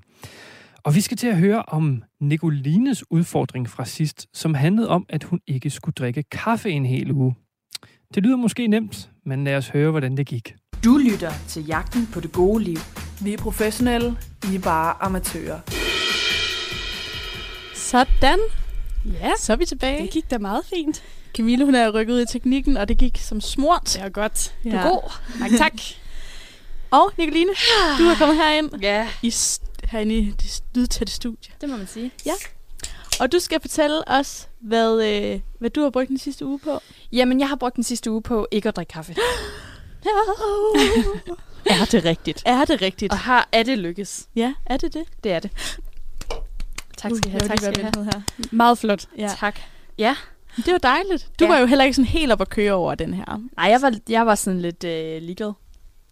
Speaker 1: Og vi skal til at høre om Nicolines udfordring fra sidst, som handlede om, at hun ikke skulle drikke kaffe en hel uge. Det lyder måske nemt, men lad os høre, hvordan det gik.
Speaker 8: Du lytter til Jagten på det gode liv.
Speaker 9: Vi er professionelle, I er bare amatører.
Speaker 2: Sådan,
Speaker 3: Ja,
Speaker 2: så er vi tilbage.
Speaker 3: det gik da meget fint.
Speaker 2: Camille, hun er rykket ud i teknikken, og det gik som smurt.
Speaker 3: Det er godt.
Speaker 2: Ja.
Speaker 3: Du er god. Mange tak.
Speaker 2: Og Nicoline, du er kommet herind.
Speaker 4: Ja,
Speaker 2: I st- herinde i det lydtætte studie.
Speaker 4: det må man sige.
Speaker 2: Og du skal fortælle os, hvad, øh, hvad du har brugt den sidste uge på.
Speaker 4: Jamen, jeg har brugt den sidste uge på ikke at drikke kaffe.
Speaker 2: er det rigtigt? Ah. Er det rigtigt?
Speaker 4: Og har er det lykkes.
Speaker 2: Ja, er det det?
Speaker 4: Det er det. Tak skal I
Speaker 2: jeg
Speaker 4: have.
Speaker 2: vil
Speaker 4: Tak
Speaker 2: Uh,
Speaker 4: skal
Speaker 2: lige
Speaker 4: I
Speaker 2: være
Speaker 4: have.
Speaker 2: med her.
Speaker 3: Meget flot.
Speaker 2: Ja.
Speaker 4: Tak.
Speaker 2: Men Det var dejligt. Du ja.
Speaker 4: Ja.
Speaker 2: var jo heller ikke sådan helt op at køre over den her.
Speaker 4: Nej, jeg var, jeg var sådan lidt øh, ligeglad.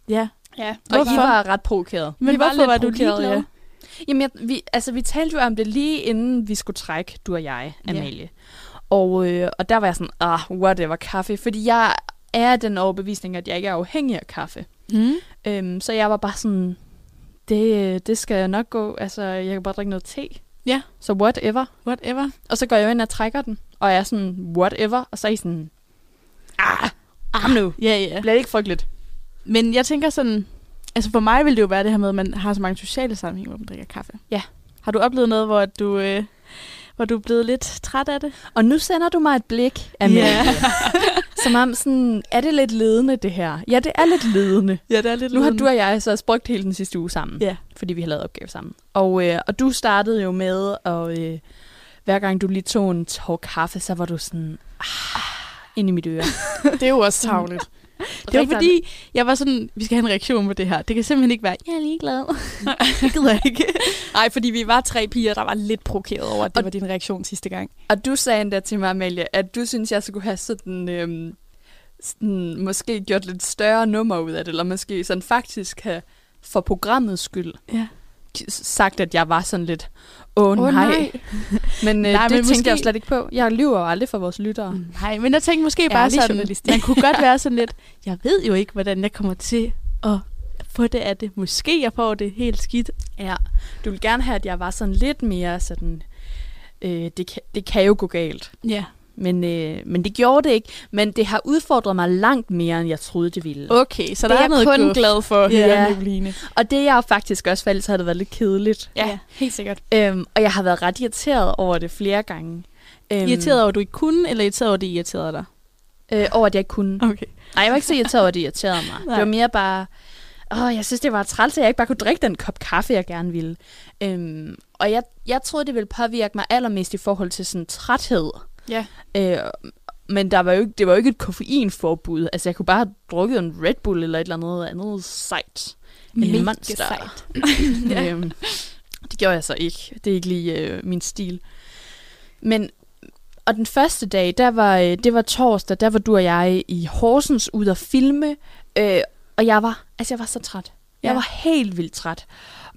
Speaker 2: Ja.
Speaker 3: Ja.
Speaker 4: Og I var ret provokeret.
Speaker 2: Men
Speaker 3: Vi var
Speaker 2: hvorfor
Speaker 3: lidt
Speaker 2: var du
Speaker 3: provokeret,
Speaker 2: ligeglad?
Speaker 3: ja.
Speaker 4: Jamen, jeg, vi, altså, vi talte jo om det lige inden vi skulle trække, du og jeg,
Speaker 2: Ja.
Speaker 4: Amalie. Og, øh, og der var jeg sådan, ah, whatever, kaffe. Fordi jeg er af den overbevisning, at jeg ikke er afhængig af kaffe.
Speaker 2: Mm.
Speaker 4: Øhm, så jeg var bare sådan, det, øh, det skal nok gå. Altså, jeg kan bare drikke noget te.
Speaker 2: Ja.
Speaker 4: Så whatever.
Speaker 2: Whatever.
Speaker 4: Og så går jeg jo ind og trækker den, og jeg er sådan, whatever. Og så er I sådan, ah, kom nu.
Speaker 2: Ja, ja.
Speaker 4: Bliver det ikke frygteligt?
Speaker 2: Men jeg tænker sådan... Altså for mig ville det jo være det her med, at man har så mange sociale sammenhænge, hvor man drikker kaffe.
Speaker 4: Ja.
Speaker 2: Har du oplevet noget, hvor du, øh, hvor du er blevet lidt træt af det?
Speaker 4: Og nu sender du mig et blik, Amalie. Som om sådan, er det lidt ledende det her? Ja, det er lidt ledende.
Speaker 2: Ja, det er lidt
Speaker 4: Nu har du og jeg så også brugt hele den sidste uge sammen,
Speaker 2: Ja.
Speaker 4: fordi vi har lavet opgave sammen. Og, øh, og du startede jo med, og øh, hver gang du lige tog en tår kaffe, så var du sådan, ah, ind i mit øre.
Speaker 3: Det er jo også tavligt.
Speaker 2: Det var
Speaker 4: Rigtig
Speaker 2: fordi, jeg var sådan, vi skal have en reaktion på det her. Det kan simpelthen ikke være, jeg er ligeglad. det gider jeg ikke.
Speaker 3: Nej, fordi vi var tre piger, der var lidt provokeret over, at det
Speaker 4: Og-
Speaker 3: var din reaktion sidste gang.
Speaker 4: Og du sagde endda til mig, Amalie, at du synes, jeg skulle have sådan, øhm, sådan måske gjort lidt større nummer ud af det, eller måske sådan faktisk have for programmets skyld
Speaker 2: Ja.
Speaker 4: sagt, at jeg var sådan lidt, åh oh,
Speaker 3: Åh,
Speaker 4: nej. Men
Speaker 3: nej.
Speaker 4: øh, nej,
Speaker 2: Nej,
Speaker 4: det
Speaker 2: men
Speaker 4: men tænkte måske... jeg jo
Speaker 2: måske- Mm.
Speaker 4: slet ikke på. Jeg lyver jo aldrig for vores lyttere.
Speaker 2: Nej, men jeg tænkte måske bare
Speaker 4: Ærlig
Speaker 2: sådan,
Speaker 4: journalistik.
Speaker 2: man kunne godt være sådan lidt, jeg ved jo ikke, hvordan jeg kommer til at få det af det. Måske jeg får det helt skidt.
Speaker 4: Ja, du vil gerne have, at jeg var sådan lidt mere sådan, øh, det, kan, det kan jo gå galt.
Speaker 2: Ja.
Speaker 4: Men, øh, men det gjorde det ikke. Men det har udfordret mig langt mere, end jeg troede, det ville.
Speaker 2: Okay, så der
Speaker 4: Det
Speaker 2: er,
Speaker 4: er
Speaker 2: noget
Speaker 4: kun
Speaker 2: guf.
Speaker 3: Glad for at
Speaker 2: Ja.
Speaker 3: høre, Nicoline.
Speaker 4: Og det er jeg faktisk også, for ellers havde det været lidt kedeligt.
Speaker 3: Ja, helt sikkert.
Speaker 4: Øhm, og jeg har været ret irriteret over det flere gange. Øhm,
Speaker 2: Irriteret over, at du ikke kunne, eller irriteret over, at det irriterede dig?
Speaker 4: Øh, over, at jeg ikke kunne.
Speaker 2: Okay.
Speaker 4: Nej, jeg var ikke så irriteret over, at det irriterede mig.
Speaker 2: Nej.
Speaker 4: Det var mere bare... åh, jeg synes, det var træls, at jeg ikke bare kunne drikke den kop kaffe, jeg gerne ville. Øhm, og jeg, jeg troede, det ville påvirke mig allermest i forhold til sådan træthed.
Speaker 3: Ja.
Speaker 4: Øh, men der var jo ikke, det var jo ikke et koffeinforbud. Altså, jeg kunne bare have drukket en Red Bull eller et eller andet andet sejt.
Speaker 3: Mega
Speaker 4: En monster.
Speaker 3: sejt.
Speaker 4: ja. øhm, det gjorde jeg så ikke. Det er ikke lige øh, min stil. Men og den første dag, der var, øh, det var torsdag, der var du og jeg i Horsens ude at filme, øh, og jeg var, altså jeg var så træt. Jeg
Speaker 3: Ja.
Speaker 4: ja. var helt vildt træt.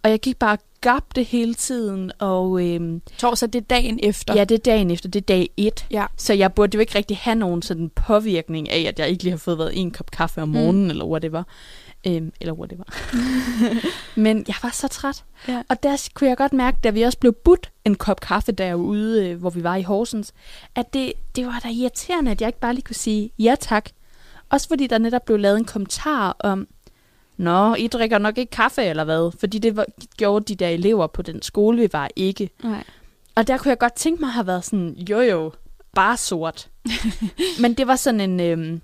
Speaker 4: Og jeg gik bare og gabte hele tiden, og øh,
Speaker 3: Torsdag, det er dagen efter.
Speaker 4: ja, det er dagen efter, det er dag et.
Speaker 3: Ja.
Speaker 4: Så jeg burde jo ikke rigtig have nogen sådan påvirkning af, at jeg ikke lige har fået været en kop kaffe om
Speaker 3: Mm.
Speaker 4: morgenen, mm. eller whatever. Øhm, eller whatever. Men jeg var så træt.
Speaker 3: Ja.
Speaker 4: Og der kunne jeg godt mærke, da vi også blev budt en kop kaffe derude, øh, hvor vi var i Horsens, at det, det var da irriterende, at jeg ikke bare lige kunne sige ja tak. Også fordi der netop blev lavet en kommentar om, Nå, I drikker nok ikke kaffe eller hvad? Fordi det var, gjorde de der elever på den skole, vi var ikke.
Speaker 3: Nej.
Speaker 4: Og der kunne jeg godt tænke mig at have været sådan, jo jo, bare sort. Men det var sådan en, øhm,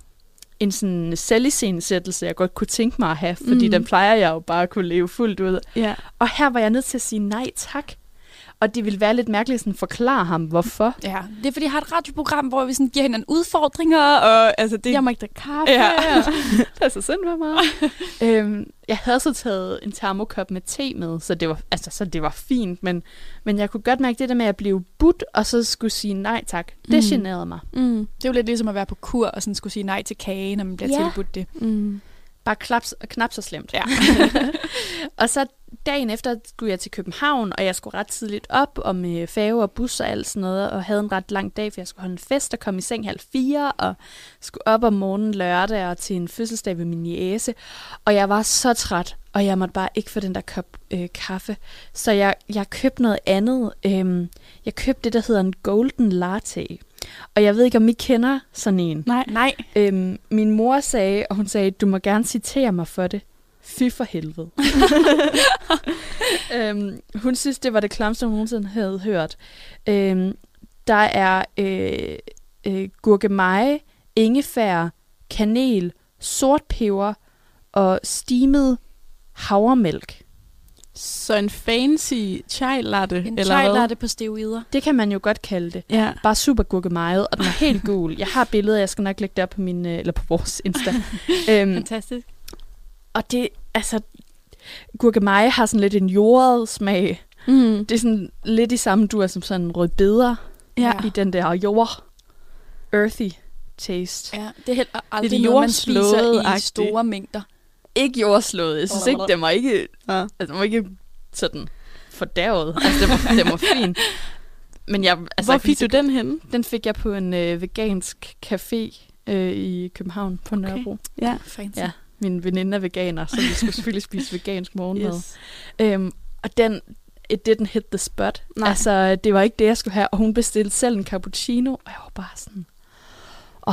Speaker 4: en sådan selvisensættelse, jeg godt kunne tænke mig at have, fordi
Speaker 3: Mm.
Speaker 4: mm. den plejer jeg jo bare at kunne leve fuldt ud.
Speaker 3: Ja.
Speaker 4: Og her var jeg nødt til at sige nej tak. Og det ville være lidt mærkeligt sådan at forklare ham, hvorfor.
Speaker 3: ja. Det er, fordi jeg har et radioprogram, hvor vi sådan giver hinanden udfordringer, og altså det...
Speaker 2: Jeg må ikke drikke kaffe.
Speaker 3: Ja.
Speaker 4: det er så synd for mig. øhm, jeg havde så taget en termokop med te med, så det var, altså, så det var fint, men, men jeg kunne godt mærke det der med at blive budt, og så skulle sige nej tak. Det
Speaker 3: Mm.
Speaker 4: generede mig.
Speaker 3: Mm. Det er jo lidt ligesom at være på kur, og sådan skulle sige nej til kage, når man bliver
Speaker 4: Ja.
Speaker 3: tilbudt det.
Speaker 4: Mm. Bare klaps, knap så slemt.
Speaker 3: Ja.
Speaker 4: og så dagen efter skulle jeg til København, og jeg skulle ret tidligt op, og med fave og bus og alt sådan noget, og havde en ret lang dag, for jeg skulle holde en fest og komme i seng halv fire, og skulle op om morgenen lørdag og til en fødselsdag ved min jæse. Og jeg var så træt, og jeg måtte bare ikke få den der kop øh, kaffe. Så jeg, jeg købte noget andet. Øhm, jeg købte det, der hedder en golden latte. Og jeg ved ikke, om I kender sådan en.
Speaker 3: Nej. Nej.
Speaker 4: Øhm, min mor sagde, og hun sagde, du må gerne citere mig for det. Fy for helvede. øhm, hun synes, det var det klamste, hun nogensinde havde hørt. Øhm, der er øh, øh, gurkemeje, ingefær, kanel, sort peber og stimet havremælk.
Speaker 2: Så en fancy chai latte,
Speaker 3: En
Speaker 2: eller hvad?
Speaker 3: chai-latte på steroider.
Speaker 4: Det kan man jo godt kalde det.
Speaker 2: Ja.
Speaker 4: bare super gurkemejet, og den er helt gul. Jeg har billeder, jeg skal nok lægge det op på, min, øh, eller på vores Insta. øhm,
Speaker 3: Fantastisk.
Speaker 4: Og det, altså, gurkemeje har sådan lidt en jordet smag.
Speaker 3: Mm.
Speaker 4: Det er sådan lidt i samme dur som sådan en rød bedre
Speaker 3: Ja.
Speaker 4: i den der jord. Earthy taste.
Speaker 3: Ja, det er heller aldrig
Speaker 2: Lidt
Speaker 3: det noget, man spiser i
Speaker 2: jordslået-agtigt.
Speaker 3: store mængder.
Speaker 4: Ikke jordslået. Jeg synes ikke, den var ikke,
Speaker 2: Ja.
Speaker 4: altså, den var ikke sådan fordærvet. Altså, den var, den var fin. Men jeg, altså,
Speaker 2: Hvor
Speaker 4: jeg kan
Speaker 2: fik
Speaker 4: lige
Speaker 2: du
Speaker 4: så-
Speaker 2: den henne?
Speaker 4: Den fik jeg på en øh, vegansk café øh, i København på Nørrebro.
Speaker 2: Ja.
Speaker 3: Fancy.
Speaker 4: Ja. Min veninde er veganer, så vi skulle selvfølgelig spise vegansk morgenmad. Øhm, og den, it didn't hit the spot.
Speaker 2: Nej.
Speaker 4: Nej. Altså, det var ikke det, jeg skulle have. Og hun bestilte selv en cappuccino, og jeg var bare sådan, åh,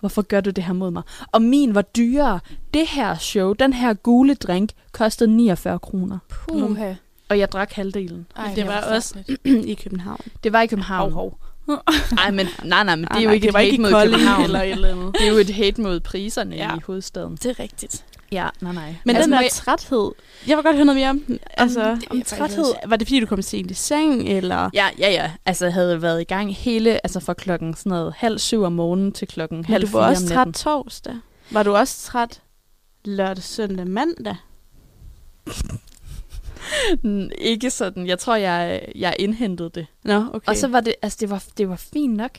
Speaker 4: hvorfor gør du det her mod mig? Og min var dyrere. Det her show, den her gule drink, kostede 49 kroner.
Speaker 3: Puha.
Speaker 4: Og jeg drak halvdelen.
Speaker 3: Ej,
Speaker 2: det
Speaker 3: hvor
Speaker 2: var også-
Speaker 3: forfærdeligt.
Speaker 2: I København.
Speaker 4: Det var i København.
Speaker 2: Hov,
Speaker 4: Nej, men, nej, nej, men det
Speaker 2: Ah,
Speaker 4: er jo
Speaker 2: nej,
Speaker 4: ikke
Speaker 2: det
Speaker 4: et
Speaker 2: var
Speaker 4: hate
Speaker 2: ikke i
Speaker 4: mod
Speaker 2: Kolding
Speaker 4: København.
Speaker 2: eller et eller andet.
Speaker 4: Det er jo et hate mod priserne
Speaker 2: Ja.
Speaker 4: i hovedstaden.
Speaker 3: Det er rigtigt.
Speaker 4: Ja, nej, nej.
Speaker 2: Men
Speaker 4: altså,
Speaker 2: altså, den
Speaker 4: må
Speaker 2: der
Speaker 4: jeg-
Speaker 2: træthed, jeg vil godt høre noget mere om den. Altså,
Speaker 3: det
Speaker 2: om,
Speaker 3: vil jeg
Speaker 2: om
Speaker 3: faktisk
Speaker 2: træthed, var det fordi, du kom sent i seng, eller?
Speaker 4: Ja, ja, ja. Altså, jeg havde været i gang hele, altså fra klokken sådan noget halv syv om morgenen til klokken
Speaker 2: Men
Speaker 4: halv
Speaker 2: du
Speaker 4: fire
Speaker 2: var
Speaker 4: om
Speaker 2: også
Speaker 4: natten.
Speaker 2: træt torsdag. Var du også træt lørdag, søndag, mandag?
Speaker 4: Mm, ikke sådan. Jeg tror, jeg, jeg indhentede det. Okay.
Speaker 2: Nå, okay.
Speaker 4: Og så var det, altså det var, det var fint nok.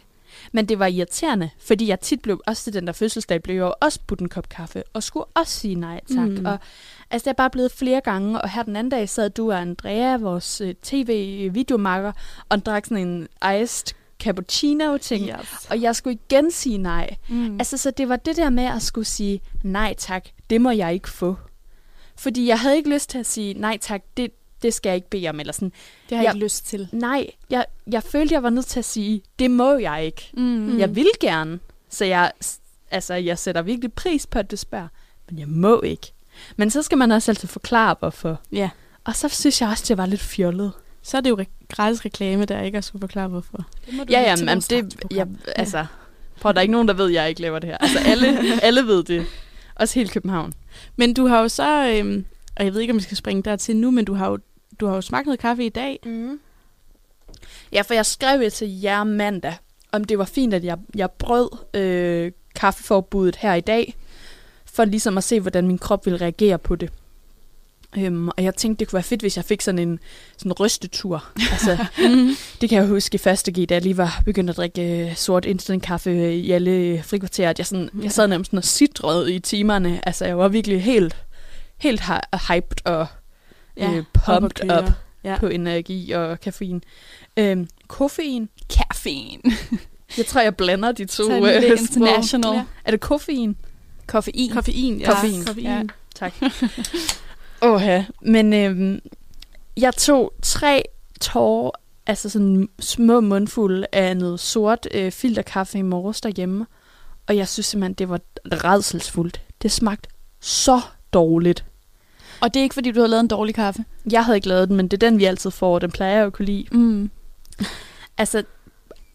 Speaker 4: Men det var irriterende, fordi jeg tit blev, også til den der fødselsdag, blev jeg jo også budt en kop kaffe, og skulle også sige nej tak.
Speaker 2: Mm.
Speaker 4: Mm. Og altså det er bare blevet flere gange, og her den anden dag sad du og Andrea, vores øh, tv-videomakker, og drak sådan en iced cappuccino-ting. Ja.
Speaker 2: yes.
Speaker 4: Og jeg skulle igen sige nej.
Speaker 3: Mm.
Speaker 4: Altså, så det var det der med at skulle sige, nej tak, det må jeg ikke få. Fordi jeg havde ikke lyst til at sige, nej tak, det, det skal jeg ikke bede om, eller sådan,
Speaker 3: det har jeg
Speaker 4: ja.
Speaker 3: ikke lyst til.
Speaker 4: nej, jeg, jeg følte, jeg var nødt til at sige, det må jeg ikke.
Speaker 3: Mm.
Speaker 4: Mm. Jeg vil gerne, så jeg, altså, jeg sætter virkelig pris på, at du spørger, men jeg må ikke. Men så skal man også altid forklare, hvorfor.
Speaker 2: Ja.
Speaker 4: Og så synes jeg også, det var lidt fjollet.
Speaker 2: Så er det jo re- gratis reklame, der ikke at skulle forklare, hvorfor.
Speaker 4: Ja, ja, men det, jeg, altså, prøv, der er ikke nogen, der ved, at jeg ikke laver det her. Altså, alle, alle ved det. Også hele København.
Speaker 2: Men du har jo så, øhm, og jeg ved ikke, om vi skal springe dertil nu, men du har jo, du har jo smagt noget kaffe i dag.
Speaker 4: Mm. Ja, for jeg skrev jo til jer mandag, om det var fint, at jeg, jeg brød øh, kaffeforbuddet her i dag, for ligesom at se, hvordan min krop ville reagere på det. Øhm, og jeg tænkte, det kunne være fedt, hvis jeg fik sådan en sådan en rystetur. Altså,
Speaker 3: Mm.
Speaker 4: det kan jeg huske i første G, da jeg lige var begyndt at drikke øh, sort instant kaffe øh, i alle frikvarterer, at jeg, sådan, jeg sad nærmest sådan og sidrede i timerne. Altså, jeg var virkelig helt, helt hy- hyped og
Speaker 2: Ja,
Speaker 4: øh, pumped
Speaker 2: køre.
Speaker 4: up
Speaker 2: Ja.
Speaker 4: ja. på energi og koffein. Øhm, koffein?
Speaker 3: Kaffein.
Speaker 4: Jeg tror, jeg blander de to.
Speaker 3: Så er det
Speaker 4: øh,
Speaker 3: lidt
Speaker 4: sprog.
Speaker 3: international.
Speaker 4: Ja. Er det koffein?
Speaker 3: Koffein.
Speaker 2: Koffein, ja.
Speaker 4: Koffein.
Speaker 2: Koffein.
Speaker 3: Ja.
Speaker 4: Tak. Åh ja, men øhm, jeg tog tre tårer, altså sådan små mundfulde af noget sort øh, filterkaffe i morges derhjemme. Og jeg synes simpelthen, det var redselsfuldt. Det smagte så dårligt.
Speaker 3: Og det er ikke, fordi du har lavet en dårlig kaffe.
Speaker 4: Jeg havde ikke lavet den, men det er den, vi altid får, og den plejer jeg jo at kunne lide.
Speaker 3: Mm.
Speaker 4: Altså,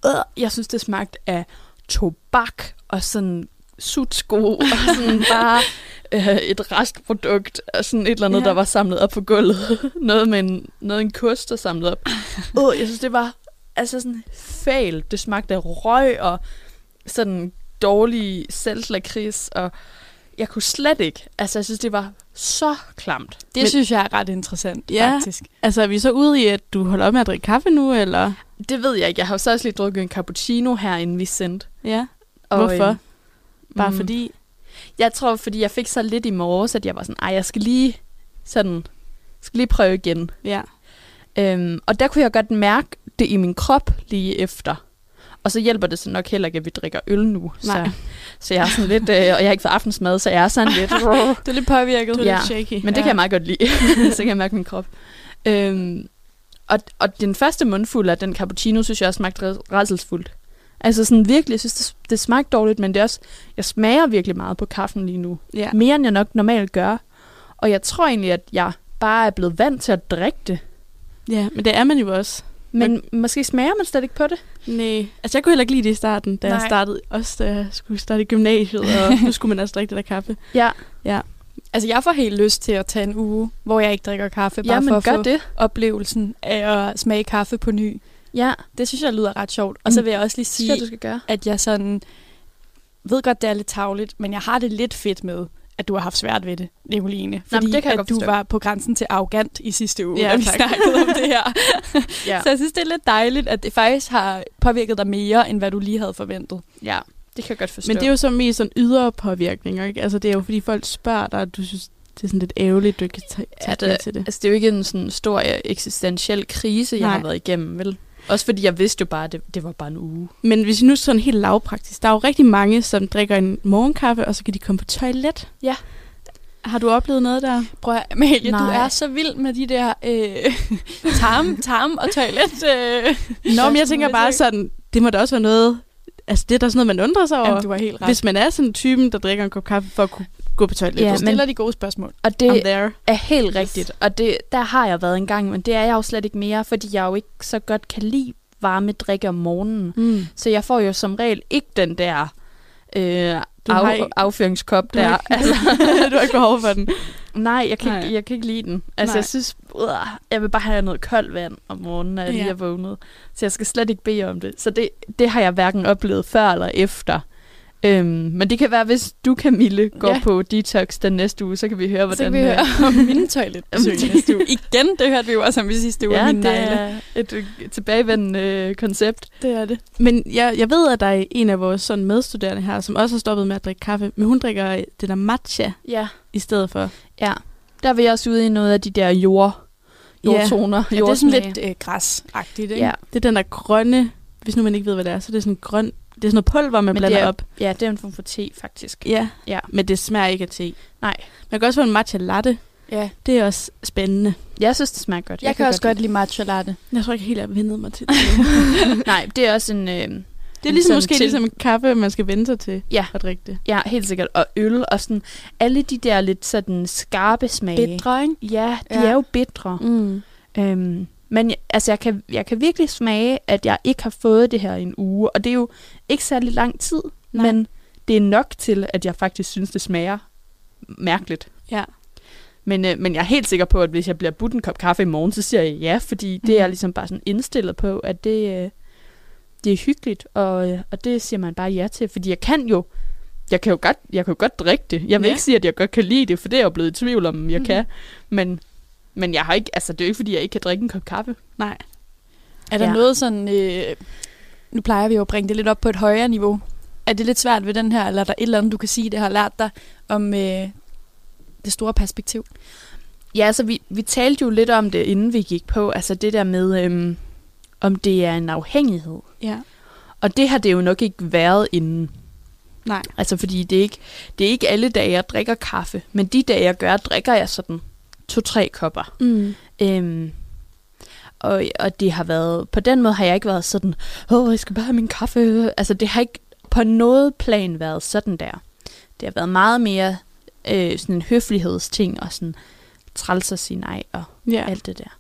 Speaker 4: øh, jeg synes, det smagte af tobak og sådan sutsko og sådan bare øh, et restprodukt og sådan et eller andet,
Speaker 3: Ja.
Speaker 4: ja. der var samlet op på gulvet. noget med en, noget en kost, der samlet op. øh, jeg synes, det var altså sådan fælt. Det smagte af røg og sådan dårlig saltlakrids og jeg kunne slet ikke. Altså, jeg synes, det var så klamt.
Speaker 3: Det
Speaker 2: Men-
Speaker 3: Men, synes jeg er ret interessant,
Speaker 2: Ja.
Speaker 3: ja. faktisk.
Speaker 2: Altså, er vi så ude i, at du holder op med at drikke kaffe nu, eller?
Speaker 4: Det ved jeg ikke. Jeg har jo så også lige drukket en cappuccino her, inden vi sendte.
Speaker 2: Ja.
Speaker 4: Og,
Speaker 2: Hvorfor?
Speaker 4: øh,
Speaker 2: Bare
Speaker 4: mm.
Speaker 2: fordi?
Speaker 4: Jeg tror, fordi jeg fik så lidt i morges, at jeg var sådan, ej, jeg skal lige, sådan, skal lige prøve igen.
Speaker 2: Ja.
Speaker 4: Øhm, og der kunne jeg godt mærke det i min krop lige efter. Og så hjælper det så nok heller ikke, at vi drikker øl nu.
Speaker 2: Nej.
Speaker 4: Så, så jeg er sådan lidt, øh, og jeg har ikke fået aftensmad, så jeg er sådan lidt.
Speaker 3: Du er lidt påvirket.
Speaker 2: Du er
Speaker 4: Ja,
Speaker 2: lidt shaky.
Speaker 4: Men det
Speaker 2: ja.
Speaker 4: kan jeg meget godt lide. så kan jeg mærke min krop. Øhm, og, og den første mundfuld af den cappuccino, synes jeg også smagte rædselsfuldt. Altså sådan virkelig, jeg synes, det, det smagte dårligt, men det er også, jeg smager virkelig meget på kaffen lige nu
Speaker 2: Ja.
Speaker 4: mere end jeg nok normalt gør. Og jeg tror egentlig, at jeg bare er blevet vant til at drikke det.
Speaker 2: ja, men det er man jo også.
Speaker 4: Men måske smager man slet ikke på det.
Speaker 2: Nej. Altså, jeg kunne heller ikke lide det i starten, da Nej. jeg
Speaker 3: Nej.
Speaker 2: startede, også da jeg skulle starte i gymnasiet, og nu skulle man altså drikke det der kaffe.
Speaker 4: Ja,
Speaker 3: Altså, jeg får helt lyst til at tage en uge, hvor jeg ikke drikker kaffe, bare
Speaker 4: ja
Speaker 3: for
Speaker 4: men
Speaker 3: at
Speaker 4: gør
Speaker 3: få
Speaker 4: det.
Speaker 3: oplevelsen af at smage kaffe på ny.
Speaker 4: Ja,
Speaker 3: Det synes jeg lyder ret sjovt. Og så
Speaker 4: Mm.
Speaker 3: vil jeg også lige
Speaker 4: det synes jeg,
Speaker 3: sige,
Speaker 4: du skal gøre.
Speaker 3: at jeg sådan ved godt, det er lidt tavligt, men jeg har det lidt fedt med, at du har haft svært ved det, Nicoline. Fordi
Speaker 4: det kan jeg
Speaker 3: at
Speaker 4: godt
Speaker 3: du
Speaker 4: forstå.
Speaker 3: var på grænsen til arrogant i sidste uge,
Speaker 2: Ja,
Speaker 3: ja, da vi
Speaker 2: tak.
Speaker 3: snakkede om det her.
Speaker 4: Ja.
Speaker 3: Så jeg synes, det er lidt dejligt, at det faktisk har påvirket dig mere, end hvad du lige havde forventet.
Speaker 4: Ja, det kan jeg godt forstå.
Speaker 2: Men det er jo så mest sådan ydre påvirkninger, ikke? Altså, det er jo fordi folk spørger dig, at du synes, det er sådan lidt ærgerligt, du ikke kan tage, tage
Speaker 4: Ja,
Speaker 2: det, til det.
Speaker 4: altså, det er jo ikke en sådan stor øh, eksistentiel krise, jeg
Speaker 2: Nej.
Speaker 4: har været igennem, vel? Også fordi jeg vidste jo bare, at det, det var bare en uge.
Speaker 2: Men hvis vi nu sådan helt lavpraktisk, der er jo rigtig mange, som drikker en morgenkaffe, og så kan de komme på toilet.
Speaker 4: Ja.
Speaker 2: Har du oplevet noget der?
Speaker 3: Prøv at, Amalie, Nej. du
Speaker 4: Nej.
Speaker 3: er så vild med de der øh, tarm, tarm og toilet. Øh.
Speaker 2: Nå, men jeg tænker bare sådan, det må da også være noget, altså det er da sådan noget, man undrer sig over.
Speaker 3: Jamen, du har helt ret.
Speaker 2: Hvis man er sådan typen, der drikker en kop kaffe for at kunne gå på toilettet.
Speaker 4: Ja,
Speaker 3: du
Speaker 2: Ja,
Speaker 3: stiller de gode spørgsmål.
Speaker 4: Og
Speaker 2: I'm
Speaker 4: det
Speaker 2: there.
Speaker 4: er helt
Speaker 2: Yes.
Speaker 4: rigtigt. Og det, der har jeg været engang, men det er jeg jo slet ikke mere, fordi jeg jo ikke så godt kan lide varme drikke om morgenen.
Speaker 2: Mm.
Speaker 4: Så jeg får jo som regel ikke den der øh,
Speaker 2: Du har
Speaker 4: af,
Speaker 2: ikke-
Speaker 4: afføringskop
Speaker 2: du har
Speaker 4: der.
Speaker 2: ikke-
Speaker 4: Altså,
Speaker 2: du har ikke behov for den.
Speaker 4: nej, jeg kan,
Speaker 2: Nej.
Speaker 4: Ikke, jeg kan ikke lide den. Altså,
Speaker 2: Nej.
Speaker 4: nej. jeg synes, øh, jeg vil bare have noget koldt vand om morgenen, når jeg lige
Speaker 2: Ja.
Speaker 4: er vågnet. Så jeg skal slet ikke bede om det. Så det, det har jeg hverken oplevet før eller efter. Øhm, men det kan være, hvis du, Camille, går
Speaker 3: Ja.
Speaker 4: ja. på detox den næste uge, så kan vi høre,
Speaker 3: Så
Speaker 4: hvordan... øh,
Speaker 3: kan vi høre om mine toiletbesøg
Speaker 4: Jamen, det-
Speaker 3: næste uge. Igen, det hørte vi jo også om i sidste uge.
Speaker 4: ja,
Speaker 3: mine
Speaker 4: det
Speaker 3: negle.
Speaker 4: er et øh, tilbagevendende øh, koncept.
Speaker 2: Det er det. Men jeg, jeg ved, at der er en af vores sådan medstuderende her, som også har stoppet med at drikke kaffe, men hun drikker øh, det der matcha
Speaker 4: Ja.
Speaker 2: i stedet for.
Speaker 4: ja. Der vil jeg også ude i noget af de der jord,
Speaker 2: Ja.
Speaker 4: jordtoner.
Speaker 3: Ja, det er sådan
Speaker 4: jordsmage.
Speaker 3: lidt øh, græsagtigt, ikke?
Speaker 4: Ja.
Speaker 2: Det er den der grønne, hvis nu man ikke ved, hvad det er, så er det er sådan grøn, det er sådan noget pulver, man
Speaker 4: Men
Speaker 2: blander
Speaker 4: det er-
Speaker 2: op.
Speaker 4: Ja, det er en form for te, faktisk.
Speaker 2: Ja.
Speaker 4: Ja.
Speaker 2: Men det smager ikke af te.
Speaker 4: Nej.
Speaker 2: Man kan også få en matcha latte.
Speaker 3: ja.
Speaker 2: Det er også spændende.
Speaker 4: Jeg synes, det smager godt.
Speaker 3: Jeg, jeg kan også godt lide matcha latte.
Speaker 2: Jeg tror ikke helt, jeg har vendet mig til det.
Speaker 4: lide. Nej, det er også en... Øh,
Speaker 2: Det er ligesom,
Speaker 4: Sådan
Speaker 2: måske
Speaker 4: til-
Speaker 2: ligesom en kaffe, man skal vende sig til
Speaker 4: Ja.
Speaker 2: at drikke det.
Speaker 4: ja, helt sikkert. Og øl og sådan... Alle de der lidt sådan skarpe smage.
Speaker 3: ikke?
Speaker 4: Ja, de
Speaker 3: Ja.
Speaker 4: ja. er jo bitre.
Speaker 2: Mm.
Speaker 4: Øhm, men jeg- altså, jeg kan, jeg kan virkelig smage, at jeg ikke har fået det her i en uge. Og det er jo ikke særlig lang tid,
Speaker 2: Nej.
Speaker 4: Nej. men det er nok til, at jeg faktisk synes, det smager mærkeligt. Ja. Men, øh, men jeg er helt sikker på, at hvis jeg bliver budt en kop kaffe i morgen, så siger jeg ja, fordi det er
Speaker 3: Mhm.
Speaker 4: ligesom bare sådan indstillet på, at det, øh, det er hyggeligt, og, øh, og det siger man bare ja til, fordi jeg kan jo, jeg kan jo godt, jeg kan jo godt drikke det. Jeg vil ja.
Speaker 3: Ja.
Speaker 4: ikke sige, at jeg godt kan lide det, for det er jeg jo blevet i tvivl om, jeg
Speaker 3: Mhm.
Speaker 4: mm-hmm. kan. Men, men jeg har ikke, altså, det er jo ikke, fordi jeg ikke kan drikke en kop kaffe.
Speaker 3: Nej. Er der ja.
Speaker 4: Ja.
Speaker 3: noget sådan... Øh, nu plejer vi jo at bringe det lidt op på et højere niveau. Er det lidt svært ved den her, eller er der et eller andet, du kan sige, det har lært dig om øh, det store perspektiv?
Speaker 4: Ja, altså vi, vi talte jo lidt om det, inden vi gik på, altså det der med, øhm, om det er en afhængighed.
Speaker 3: Ja.
Speaker 4: Og det har det jo nok ikke været inden.
Speaker 3: Nej.
Speaker 4: Altså fordi det er ikke, det er ikke alle dage, jeg drikker kaffe, men de dage, jeg gør, drikker jeg sådan to-tre kopper.
Speaker 3: Mm.
Speaker 4: Øhm, og, og det har været, på den måde har jeg ikke været sådan, åh, jeg skal bare have min kaffe. Altså det har ikke på noget plan været sådan der. Det har været meget mere øh, sådan en høflighedsting og sådan træls at sige nej og
Speaker 3: Ja.
Speaker 4: ja. alt det der.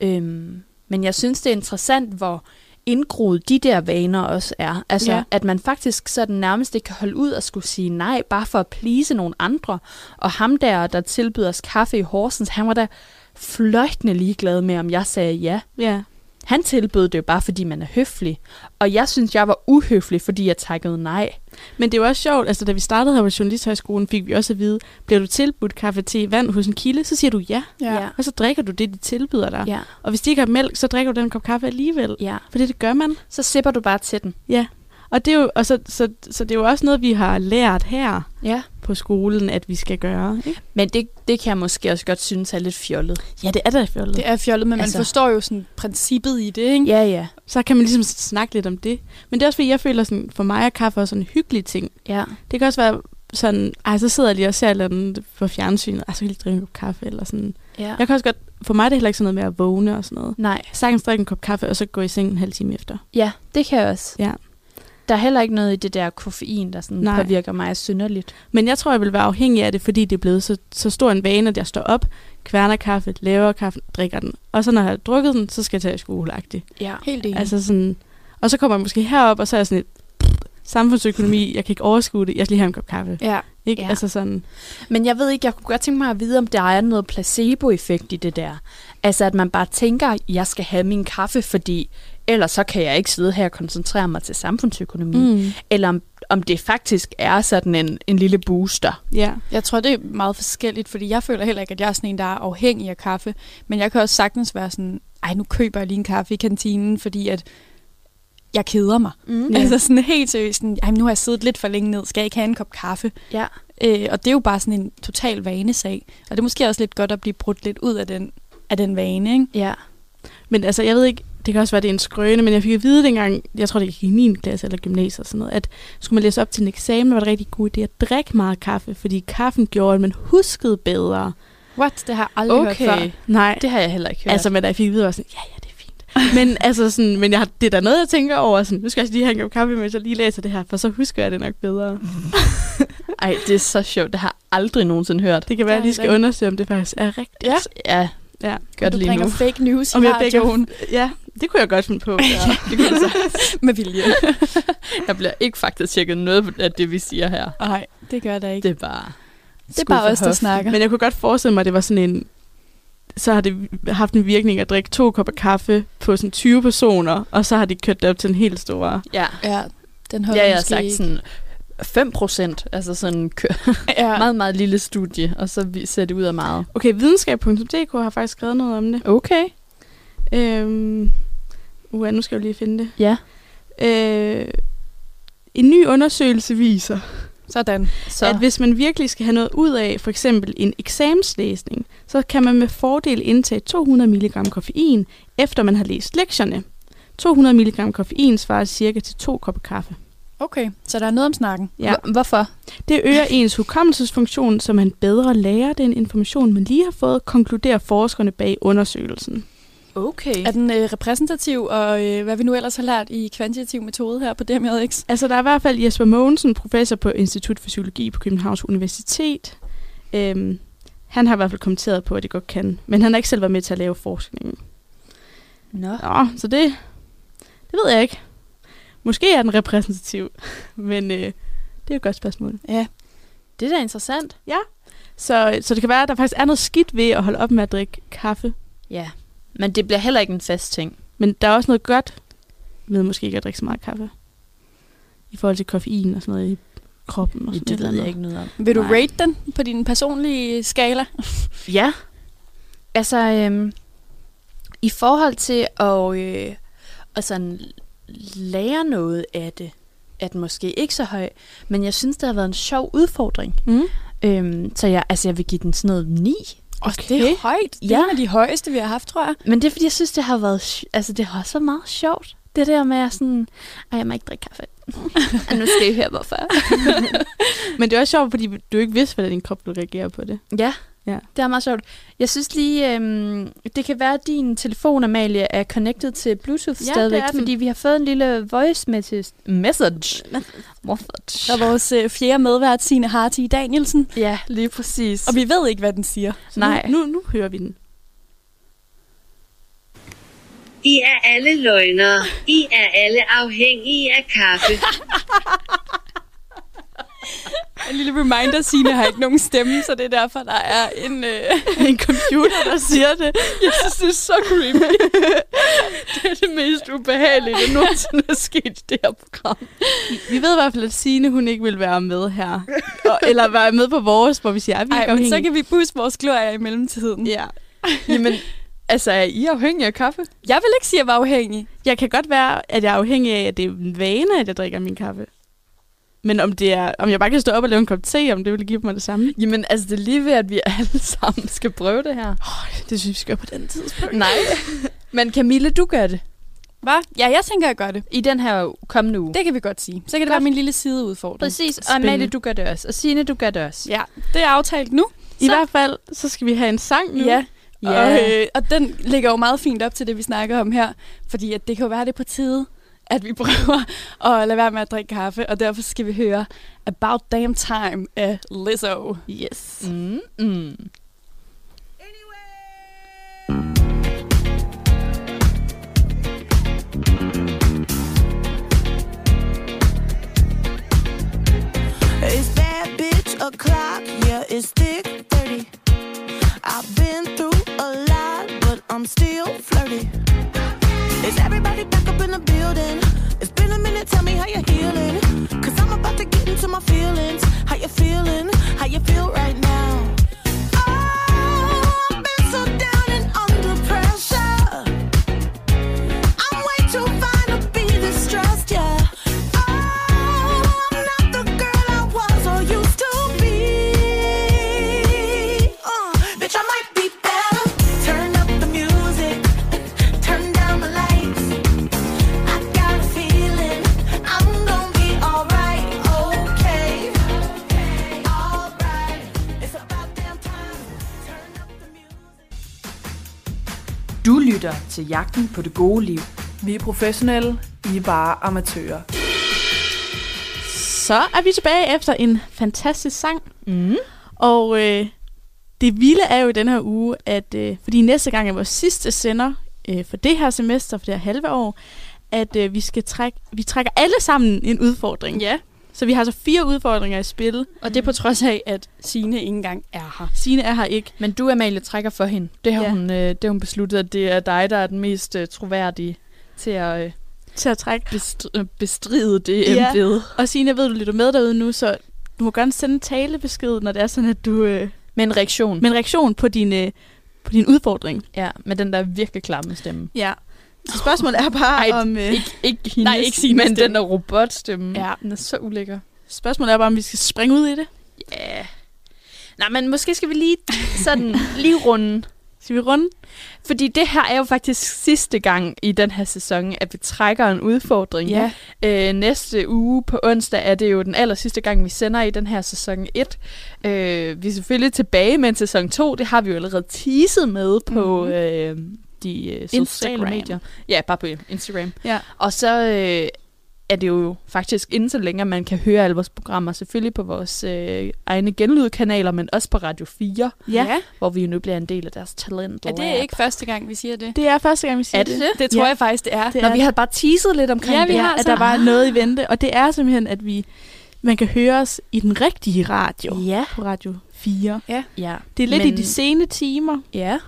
Speaker 4: Øhm, men jeg synes, det er interessant, hvor indgroet de der vaner også er. Altså,
Speaker 3: Ja.
Speaker 4: ja. at man faktisk sådan nærmest ikke kan holde ud og skulle sige nej, bare for at plise nogle andre. Og ham der, der tilbyder os kaffe i Horsens, han var da fløjtende ligeglad med, om jeg sagde ja.
Speaker 3: Ja.
Speaker 4: Han tilbød det jo bare, fordi man er høflig. Og jeg synes, jeg var uhøflig, fordi jeg takkede nej.
Speaker 2: Men det var også sjovt, altså da vi startede her på Journalisthøjskolen, fik vi også at vide, bliver du tilbudt kaffe, te, vand hos en kilde, så siger du ja,
Speaker 4: Ja.
Speaker 2: og så drikker du det, de tilbyder dig. Ja.
Speaker 4: Ja.
Speaker 2: Og hvis de ikke har mælk, så drikker du den kop kaffe alligevel.
Speaker 4: ja.
Speaker 2: Fordi det gør man.
Speaker 4: Så sipper du bare til den.
Speaker 2: Og, det er jo, og så, så, så det er jo også noget, vi har lært her
Speaker 4: Ja.
Speaker 2: på skolen, at vi skal gøre. Ikke?
Speaker 4: Men det, det kan jeg måske også godt synes er lidt fjollet.
Speaker 2: Ja, det er da fjollet.
Speaker 3: Det er fjollet, men altså.
Speaker 4: Altså.
Speaker 3: man forstår jo sådan princippet i det, ikke?
Speaker 4: Ja, ja.
Speaker 2: Så kan man ligesom snakke lidt om det. Men det er også, fordi jeg føler, sådan, for mig er kaffe også sådan en hyggelig ting.
Speaker 4: Ja.
Speaker 2: Det kan også være sådan, ej, så sidder jeg lige og ser et eller andet på fjernsynet, ej, så kan jeg lige drikke en kop kaffe, eller sådan.
Speaker 4: ja.
Speaker 2: Jeg kan også godt, for mig er det heller ikke sådan noget med at vågne og sådan noget.
Speaker 4: Nej.
Speaker 2: Sagtens drikke en kop kaffe, og så gå i seng en halv time efter.
Speaker 4: Ja, det kan jeg også.
Speaker 2: Ja.
Speaker 4: Der er heller ikke noget i det der koffein, der sådan
Speaker 2: Nej.
Speaker 4: Nej. påvirker mig synderligt.
Speaker 2: Men jeg tror, jeg vil være afhængig af det, fordi det er blevet så, så stor en vane, at jeg står op, kværner kaffe, laver kaffe, drikker den. Og så når jeg har drukket den, så skal jeg tage i skole mm.
Speaker 4: Ja.
Speaker 3: Helt enig.
Speaker 2: altså sådan, Og så kommer jeg måske herop, og så er jeg sådan et samfundsøkonomi, jeg kan ikke overskue det, jeg skal lige have en kop kaffe.
Speaker 3: ja.
Speaker 2: Ikke?
Speaker 4: Ja.
Speaker 2: Altså sådan,
Speaker 4: Men jeg ved ikke, jeg kunne godt tænke mig at vide, om der er noget placeboeffekt i det der. Altså at man bare tænker, jeg skal have min kaffe, fordi ellers så kan jeg ikke sidde her og koncentrere mig til samfundsøkonomi. Mm. Eller om, om det faktisk er sådan en, en lille booster.
Speaker 2: ja.
Speaker 3: Jeg tror, det er meget forskelligt, fordi jeg føler heller ikke, at jeg er sådan en, der er afhængig af kaffe. Men jeg kan også sagtens være sådan, ej, nu køber jeg lige en kaffe i kantinen, fordi at jeg keder mig.
Speaker 4: Mm.
Speaker 3: Mm. Altså sådan helt seriøst, sådan, ej, men nu har jeg siddet lidt for længe ned, skal jeg ikke have en kop kaffe?
Speaker 4: Ja.
Speaker 3: Øh, og det er jo bare sådan en total vanesag. Og det er måske også lidt godt at blive brudt lidt ud af den, af den vane, ikke?
Speaker 4: Ja.
Speaker 2: Men altså, jeg ved ikke, det kan også være, det er en skrøne, men jeg fik at vide dengang, jeg tror, det gik i 9. klasse eller gymnasiet og sådan noget, at skulle man læse op til en eksamen, var det rigtig god idé at drikke meget kaffe, fordi kaffen gjorde, at man huskede bedre.
Speaker 3: What? Det har jeg aldrig okay. hørt før.
Speaker 2: Nej,
Speaker 4: Det har jeg heller ikke hørt.
Speaker 2: altså, men da jeg fik at vide, var jeg sådan, ja, ja, det er fint. Men, altså, sådan, men jeg, har- det er da noget, jeg tænker over, sådan, nu skal jeg også lige have en kop kaffe, mens jeg lige læser det her, for så husker jeg det nok bedre.
Speaker 4: Ej, det er så sjovt. Det har jeg aldrig nogensinde hørt.
Speaker 2: Det kan være, at jeg lige skal
Speaker 3: Dejligt.
Speaker 2: undersøge, om det faktisk er rigtigt.
Speaker 3: Ja.
Speaker 4: Ja,
Speaker 2: Ja.
Speaker 4: gør
Speaker 3: Du
Speaker 4: det lige
Speaker 3: bringer
Speaker 4: nu.
Speaker 3: fake news i
Speaker 2: Om jeg dækker-
Speaker 3: radioen
Speaker 2: ja, det kunne jeg godt finde på. Ja.
Speaker 4: Det kunne jeg
Speaker 3: med vilje.
Speaker 4: Der bliver ikke faktisk tjekket noget af det, vi siger her.
Speaker 3: Nej, det gør der ikke.
Speaker 4: Det er bare...
Speaker 3: Det er bare os, der snakker.
Speaker 2: Men jeg kunne godt forestille mig, at det var sådan en... Så har det haft en virkning at drikke to kopper kaffe på sådan 20 personer, og så har de kørt det op til en helt stor...
Speaker 4: Ja,
Speaker 3: Ja, den holder
Speaker 4: ja jeg har
Speaker 3: måske
Speaker 4: sagt
Speaker 3: ikke.
Speaker 4: sådan 5 procent, altså sådan en kø-
Speaker 3: Ja.
Speaker 4: meget, meget lille studie, og så vi- ser det ud af meget.
Speaker 2: Okay, videnskab.dk har faktisk skrevet noget om det.
Speaker 4: Okay.
Speaker 2: Øhm, uh, nu skal jeg jo lige finde det.
Speaker 4: Ja.
Speaker 2: Øh, en ny undersøgelse viser,
Speaker 3: Sådan.
Speaker 4: Så
Speaker 2: så. at hvis man virkelig skal have noget ud af for eksempel en eksamenslæsning, så kan man med fordel indtage 200 mg koffein, efter man har læst lektierne. 200 mg koffein svarer cirka til to kopper kaffe.
Speaker 3: Okay, så der er noget om snakken.
Speaker 2: Ja.
Speaker 4: Hvor- Hvorfor?
Speaker 2: Det øger ens hukommelsesfunktion, så man bedre lærer den information, man lige har fået, konkluderer forskerne bag undersøgelsen.
Speaker 4: Okay.
Speaker 3: Er den øh, repræsentativ, og øh, hvad vi nu ellers har lært i kvantitativ metode her på DMJX?
Speaker 2: Altså, der er i hvert fald Jesper Mogensen, professor på Institut for Psykologi på Københavns Universitet. Øhm, han har i hvert fald kommenteret på, at det godt kan, men han har ikke selv været med til at lave forskningen.
Speaker 4: Nå.
Speaker 2: Nå, så det, det ved jeg ikke. Måske er den repræsentativ, men øh, det er jo et godt spørgsmål.
Speaker 3: Ja.
Speaker 4: Det er da interessant.
Speaker 2: Så, så det kan være, at der faktisk er noget skidt ved at holde op med at drikke kaffe.
Speaker 4: Ja, men det bliver heller ikke en fast ting.
Speaker 2: Men der er også noget godt ved måske ikke at drikke så meget kaffe. I forhold til koffein og sådan noget i kroppen. Og sådan et
Speaker 4: Det
Speaker 2: eller
Speaker 4: ved jeg
Speaker 2: andet.
Speaker 4: ikke noget om.
Speaker 3: Vil du
Speaker 2: Nej.
Speaker 3: rate den på din personlige skala?
Speaker 4: Ja. Altså, øhm, i forhold til at, øh, at sådan lære noget af det, at måske ikke så høj, men jeg synes, det har været en sjov udfordring.
Speaker 2: Mm.
Speaker 4: Øhm, så jeg, altså, jeg vil give den sådan noget 9.
Speaker 3: Okay. Altså, Det er højt. Det er
Speaker 4: Ja.
Speaker 3: en af de højeste, vi har haft, tror jeg.
Speaker 4: Men det er, fordi jeg synes, det har været, sj- altså, det har også været meget sjovt. Det der med, at jeg sådan, at jeg må ikke drikke kaffe. Og nu skal I høre, hvorfor.
Speaker 2: Men det er også sjovt, fordi du ikke vidste, hvordan din krop ville reagere på det.
Speaker 4: Ja,
Speaker 2: Ja.
Speaker 4: det er meget sjovt. Jeg synes lige, øhm, det kan være, at din telefon, Amalie, er connected til Bluetooth
Speaker 2: Ja,
Speaker 4: stadigvæk,
Speaker 2: det er den.
Speaker 4: fordi vi har fået en lille voice message. Message. message.
Speaker 3: Der er vores øh, fjerde medvært, Signe Harti Danielsen.
Speaker 4: Ja, lige præcis.
Speaker 3: Og vi ved ikke, hvad den siger.
Speaker 2: Så
Speaker 4: Nej.
Speaker 2: Nu, nu, nu hører vi den.
Speaker 5: I er alle løgnere. I er alle afhængige af kaffe.
Speaker 3: En lille reminder, Signe har ikke nogen stemme, så det er derfor, der er en, øh, en computer, der siger det.
Speaker 4: Jeg synes, det er så creepy. det er det mest ubehagelige, der nogensinde er sket i det her program.
Speaker 2: Vi ved i hvert fald, at Signe, hun ikke vil være med her. Og, eller være med på vores, hvor vi siger, at vi er
Speaker 3: Ej, men
Speaker 2: afhængige.
Speaker 3: så kan vi pusse vores glorie i mellemtiden.
Speaker 2: Ja.
Speaker 4: Jamen, altså, er I afhængige af kaffe?
Speaker 3: Jeg vil ikke sige, at jeg var afhængig.
Speaker 2: Jeg kan godt være, at jeg er afhængig af, at det er en vane, at jeg drikker min kaffe. Men om, det er, om jeg bare kan stå op og lave en kop te, om det vil give mig det samme,
Speaker 4: Jamen, altså, det er lige ved, at vi alle sammen skal prøve det her.
Speaker 2: det synes vi skal på den tidspunkt.
Speaker 4: Nej. Men Camille, du gør det.
Speaker 3: Hvad? Ja, jeg tænker, jeg gør det.
Speaker 4: I den her kommende uge.
Speaker 3: Det kan vi godt sige. Så kan det
Speaker 4: Godt.
Speaker 3: være min lille sideudfordring.
Speaker 4: Præcis, og
Speaker 2: Spændende.
Speaker 4: Amalie, du gør det også. Og Signe, du gør det også.
Speaker 3: Ja, det er aftalt nu.
Speaker 2: I
Speaker 3: Så-
Speaker 2: hvert fald, så skal vi have en sang nu.
Speaker 3: Ja,
Speaker 4: Ja.
Speaker 3: Og, øh, og den ligger jo meget fint op til det, vi snakker om her, fordi at det kan jo være det er på tide, at vi prøver at lade være med at drikke kaffe, og derfor skal vi høre About Damn Time af Lizzo.
Speaker 2: Yes.
Speaker 4: Mm, mm.
Speaker 10: It's that bitch o'clock, yeah, it's thick 30. I've been through a lot, but I'm still flirty. Is everybody back up in the building? It's been a minute, tell me how you're healing. Cause I'm about to get into my feelings. How you feeling? How you feel right now? Oh, I've been so down and under pressure. I'm way too fine to be distressed, yeah. Oh, I'm not the girl I was or used to be. Uh, bitch, I might be better. Turn up the music, turn down the lights. I got a feeling I'm gonna be alright, okay. Alright, it's about damn time. Turn up the music.
Speaker 8: Du lytter til Jagten på det gode liv. Vi er professionelle, I er bare amatører.
Speaker 2: Så er vi tilbage efter en fantastisk sang.
Speaker 4: Mm.
Speaker 2: Og øh, det vilde er jo i den her uge, at øh, fordi næste gang er vores sidste sender øh, for det her semester, for det her halve år, at øh, vi skal trække, vi trækker alle sammen en udfordring.
Speaker 3: Ja,
Speaker 2: Så vi har så fire udfordringer i spil.
Speaker 3: og det er på trods af, at Signe ikke engang er her.
Speaker 2: Signe er her ikke.
Speaker 4: Men du, Amalie, trækker for hende. Det har,
Speaker 2: Ja.
Speaker 4: ja. hun, øh, det har hun besluttet, at det er dig, der er den mest øh, troværdige til at øh,
Speaker 2: til at trække.
Speaker 4: bestr- øh, bestride det
Speaker 2: Ja.
Speaker 4: ja. embede.
Speaker 2: Og Signe, jeg ved, du lytter med derude nu, så du må gerne sende en talebesked, når det er sådan, at du... Øh,
Speaker 4: Med en reaktion.
Speaker 2: med en reaktion på din, øh, på din udfordring.
Speaker 4: Ja, med den der virkelig klamme stemme.
Speaker 2: Ja. Så spørgsmålet er
Speaker 4: Ej,
Speaker 2: bare, Ej, om, øh,
Speaker 4: Ikke, ikke hendes,
Speaker 3: ikke Signes
Speaker 4: men
Speaker 3: stemme.
Speaker 4: den der robotstemme.
Speaker 2: Ja.
Speaker 4: Den er så ulækker.
Speaker 2: spørgsmålet er bare, om vi skal springe ud i det.
Speaker 4: Ja. Nej, men måske skal vi lige sådan lige runde
Speaker 2: Skal vi runde?
Speaker 4: Fordi det her er jo faktisk sidste gang i den her sæson, at vi trækker en udfordring. Øh, næste uge på onsdag er det jo den aller sidste gang, vi sender i den her sæson 1. Øh, vi er selvfølgelig tilbage med en sæson 2. Det har vi jo allerede teaset med på mm-hmm.
Speaker 2: Mhm.
Speaker 4: øh, de øh, sociale
Speaker 2: Instagram.
Speaker 4: medier. Ja, bare på Instagram.
Speaker 2: Ja.
Speaker 4: Og så øh, er det jo faktisk inden så længe, at man kan høre alle vores programmer. Selvfølgelig på vores øh, egne genlydkanaler, men også på Radio 4,
Speaker 2: Ja. ja.
Speaker 4: hvor vi jo nu bliver en del af deres talent.
Speaker 3: Er det ikke første gang, vi siger det?
Speaker 2: Det er første gang, vi siger
Speaker 4: Er det det?
Speaker 3: Det tror
Speaker 2: Ja.
Speaker 3: jeg faktisk, det er.
Speaker 2: Det
Speaker 4: Når
Speaker 2: er,
Speaker 4: vi har bare teaset lidt omkring
Speaker 3: Ja,
Speaker 4: det.
Speaker 3: vi har
Speaker 2: at
Speaker 3: så-
Speaker 2: der var noget i vente, og det er simpelthen, at vi man kan høre os i den rigtige radio.
Speaker 4: Ja.
Speaker 2: På radio 4.
Speaker 3: Ja.
Speaker 4: ja.
Speaker 2: Det er lidt
Speaker 4: Men-
Speaker 2: Men... i de sene timer.
Speaker 4: Ja.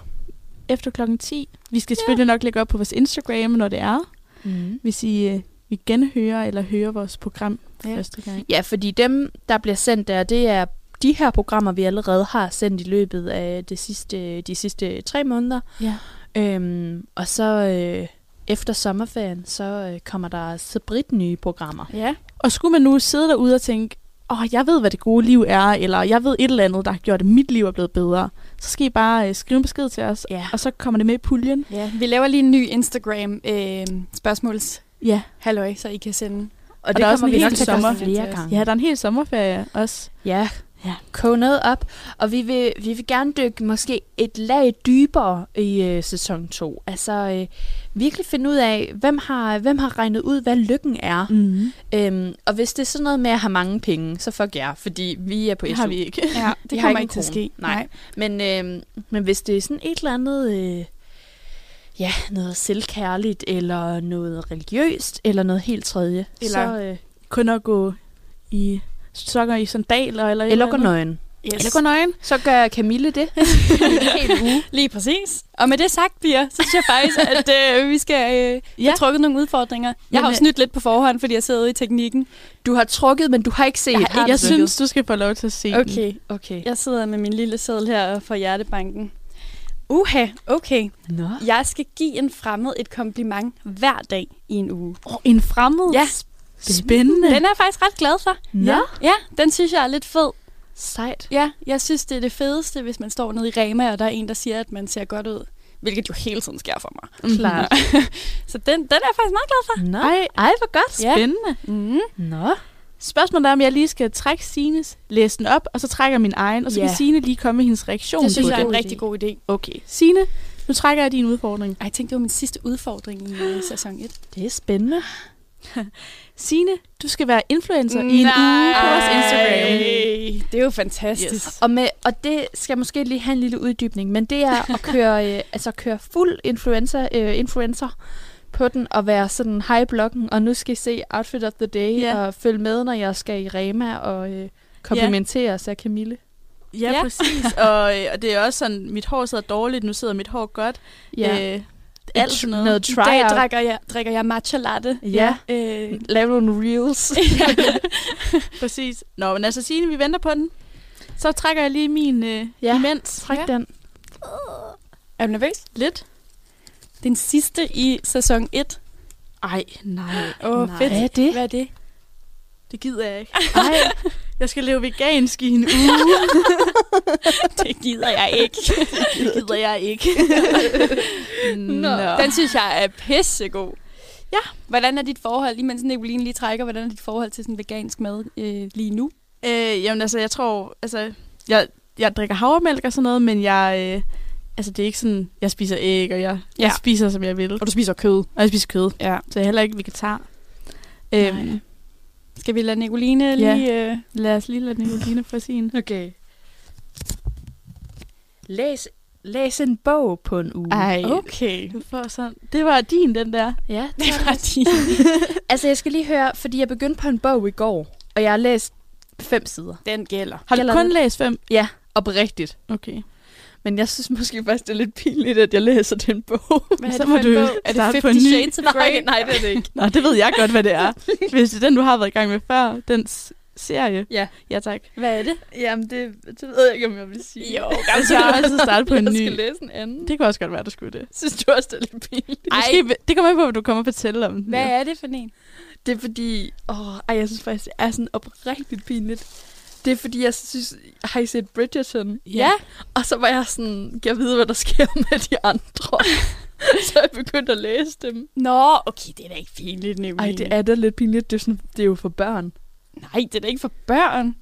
Speaker 2: Efter klokken 10. Vi skal selvfølgelig nok lægge op på vores Instagram, når det er.
Speaker 4: Mm.
Speaker 2: Hvis I øh, vil genhøre eller høre vores program for
Speaker 4: Ja.
Speaker 2: første gang.
Speaker 4: Ja, fordi dem, der bliver sendt der, det er de her programmer, vi allerede har sendt i løbet af det sidste, de sidste tre måneder.
Speaker 2: Ja.
Speaker 4: Øhm, og så øh, efter sommerferien, så øh, kommer der så brit nye programmer.
Speaker 3: Ja.
Speaker 2: Og skulle man nu sidde derude og tænke, åh, jeg ved, hvad det gode liv er, eller jeg ved et eller andet, der har gjort, at mit liv er blevet bedre, så skal I bare øh, skrive en besked til os,
Speaker 4: Ja.
Speaker 2: og så kommer det med i puljen.
Speaker 3: Ja, vi laver lige en ny Instagram øh, spørgsmåls
Speaker 2: Ja.
Speaker 3: halløj, så I kan sende.
Speaker 4: Og, det
Speaker 2: der er også
Speaker 4: kommer
Speaker 2: en
Speaker 4: vi
Speaker 2: hel
Speaker 4: nok til at
Speaker 2: sommer.
Speaker 4: gøre flere gange.
Speaker 2: Ja, der er en hel sommerferie også.
Speaker 4: Ja,
Speaker 2: Ja.
Speaker 4: koge noget op. Og vi vil, vi vil gerne dykke måske et lag dybere i øh, sæson 2. Altså øh, virkelig finde ud af, hvem har, hvem har regnet ud, hvad lykken er.
Speaker 2: Mm.
Speaker 4: Øhm, og hvis det er sådan noget med at have mange penge, så fuck jer, fordi vi er på
Speaker 2: Det
Speaker 4: SU.
Speaker 2: har vi ikke.
Speaker 3: Ja,
Speaker 4: Vi
Speaker 3: det
Speaker 4: har
Speaker 3: kommer
Speaker 4: en
Speaker 3: ikke til at
Speaker 4: krone.
Speaker 3: ske.
Speaker 4: Nej. Men, øhm, men hvis det er sådan et eller andet, øh, ja, noget selvkærligt, eller noget religiøst, eller noget helt tredje,
Speaker 3: Eller-
Speaker 4: så... Øh,
Speaker 2: Kun at gå i sokker i sandaler eller et
Speaker 4: eller gå
Speaker 2: andet.
Speaker 4: nøgen.
Speaker 3: Yes.
Speaker 2: Eller gå nøgen.
Speaker 4: Så gør Camille det. helt uge.
Speaker 3: Lige præcis. Og med det sagt, Pia, så synes jeg faktisk, at øh, vi skal øh, ja. øh-
Speaker 2: Ja.
Speaker 3: have trukket nogle udfordringer. Jeg har
Speaker 2: Jamen,
Speaker 3: jo snydt lidt på forhånd, fordi jeg sidder ude i teknikken.
Speaker 4: Du har trukket, men du har ikke set.
Speaker 2: Jeg,
Speaker 4: har
Speaker 2: har
Speaker 4: du
Speaker 2: jeg
Speaker 4: trykket?
Speaker 2: synes, du skal få lov til at se den.
Speaker 3: Okay,
Speaker 4: Okay.
Speaker 3: jeg sidder med min lille seddel her fra Hjertebanken. Uha, okay.
Speaker 4: Nå.
Speaker 3: Jeg skal give en fremmed et kompliment hver dag i en uge.
Speaker 2: Åh, en fremmed.
Speaker 3: Ja,
Speaker 2: Spændende.
Speaker 3: den er jeg faktisk ret glad for.
Speaker 4: Nå.
Speaker 2: Ja.
Speaker 3: Ja, den synes jeg er lidt fed.
Speaker 4: Sejt.
Speaker 3: Ja, jeg synes, det er det fedeste, hvis man står nede i Rema, og der er en, der siger, at man ser godt ud. Hvilket jo hele tiden sker for mig.
Speaker 4: Klart.
Speaker 3: Så den, den er jeg faktisk meget glad for.
Speaker 4: Nå.
Speaker 2: Ej,
Speaker 4: Ej, hvor godt.
Speaker 3: Ja.
Speaker 2: spændende.
Speaker 3: Mm.
Speaker 4: Nå.
Speaker 2: Spørgsmålet er, om jeg lige skal trække Sines, læse den op, og så trækker jeg min egen, og så
Speaker 4: Ja.
Speaker 2: kan Sine lige komme med hendes reaktion
Speaker 3: Det synes
Speaker 2: på
Speaker 3: jeg er
Speaker 2: det.
Speaker 3: en rigtig god idé.
Speaker 2: Okay, Sine, nu trækker jeg din udfordring.
Speaker 3: Ej, jeg tænkte, det var min sidste udfordring i øh, sæson 1.
Speaker 4: Det er spændende.
Speaker 2: Sine, du skal være influencer i en uge på vores Instagram.
Speaker 3: Det er jo fantastisk. Yes.
Speaker 4: Og, med, og det skal måske lige have en lille uddybning, men det er at køre, øh, altså køre fuld influencer, øh, influencer på den og være sådan, hej bloggen, og nu skal I se Outfit of the Day,
Speaker 2: Ja.
Speaker 4: og følge med, når jeg skal i Rema og øh, komplimenteres af Camille.
Speaker 2: Ja,
Speaker 3: Ja.
Speaker 2: præcis. Og, øh, og det er også sådan, mit hår sidder dårligt, nu sidder mit hår godt. Øh, alt sådan noget.
Speaker 4: noget
Speaker 3: I dag
Speaker 4: try
Speaker 3: drikker jeg, drikker jeg matcha latte.
Speaker 4: Ja.
Speaker 3: Øh,
Speaker 4: Lav nogle reels.
Speaker 2: Præcis. Nå, men altså Signe, vi venter på den. Så trækker jeg lige min øh,
Speaker 4: Ja.
Speaker 2: ja. imens.
Speaker 4: Træk den.
Speaker 3: er du nervøs?
Speaker 2: Lidt.
Speaker 3: Den sidste i sæson 1.
Speaker 2: Ej, nej.
Speaker 3: Åh, oh,
Speaker 2: Nej.
Speaker 3: fedt.
Speaker 4: Hvad er det?
Speaker 3: Hvad er det?
Speaker 2: Det gider jeg ikke.
Speaker 4: Ej,
Speaker 2: Jeg skal leve vegansk i en uge.
Speaker 3: Det gider jeg ikke.
Speaker 2: Det gider jeg ikke. Nå.
Speaker 3: Den synes jeg er pissegod.
Speaker 2: Ja.
Speaker 3: Hvordan er dit forhold, lige mens Nicoline lige trækker, hvordan er dit forhold til sådan vegansk mad øh, lige nu?
Speaker 2: Øh, jamen altså, jeg tror, altså, jeg, jeg drikker havremælk og sådan noget, men jeg, øh, altså det er ikke sådan, jeg spiser æg, og jeg, ja. jeg
Speaker 3: Ja.
Speaker 2: spiser, som jeg vil. Og du spiser kød. Og jeg spiser kød,
Speaker 3: Ja.
Speaker 2: så jeg er heller ikke vegetar.
Speaker 3: Nej.
Speaker 2: Øhm,
Speaker 3: Skal vi lade Nicoline
Speaker 2: Ja.
Speaker 3: lige... Øh,
Speaker 2: lad os lige lade Nicoline få sin.
Speaker 4: Okay. Læs, læs en bog på en uge.
Speaker 2: Ej.
Speaker 3: okay.
Speaker 2: Du får sådan. Det var din, den der.
Speaker 4: Ja, det
Speaker 3: Det var de.
Speaker 4: Altså, jeg skal lige høre, fordi jeg begyndte på en bog i går, og jeg har læst fem sider.
Speaker 3: Den gælder.
Speaker 2: Har du
Speaker 4: Gælder
Speaker 2: kun
Speaker 4: det?
Speaker 2: læst fem?
Speaker 4: Ja, oprigtigt.
Speaker 2: Okay.
Speaker 4: Men jeg synes måske faktisk, det er lidt pinligt, at jeg læser den bog.
Speaker 3: Hvad er
Speaker 2: Så
Speaker 3: det
Speaker 2: må
Speaker 3: for en
Speaker 2: du
Speaker 3: bog? Er det
Speaker 2: starte på
Speaker 3: 50
Speaker 2: en ny.
Speaker 3: Shades of Grey?
Speaker 4: nej, det er det ikke.
Speaker 2: Nå, det ved jeg godt, hvad det er. Hvis det er den, du har været i gang med før, den s- serie.
Speaker 4: Ja.
Speaker 2: Ja, tak.
Speaker 4: Hvad er det? Jamen, det, det ved jeg ikke, om jeg vil sige.
Speaker 3: Jo,
Speaker 2: Jeg skal Altså, du altid starte på en
Speaker 4: jeg
Speaker 2: ny.
Speaker 4: skal læse en anden. Det
Speaker 2: Det kunne også godt være, du skulle det.
Speaker 4: synes du også, det er lidt pinligt.
Speaker 2: Ej. Måske, det kommer an på, hvad du kommer og fortælle om. den.
Speaker 3: Hvad er det for en?
Speaker 4: Det er fordi... Åh, ej, jeg synes faktisk, det er sådan oprigtigt pinligt. Det er fordi, jeg synes... Har I set Bridgerton?
Speaker 2: Ja.
Speaker 4: Og så var jeg sådan... Jeg ved, hvad der sker med de andre. så jeg begyndte at læse dem.
Speaker 3: Nå, okay, det er da ikke pinligt, Nicoline.
Speaker 4: Ej, det er da lidt pinligt. Det er, sådan, det er jo for børn.
Speaker 3: Nej, det er da ikke for børn.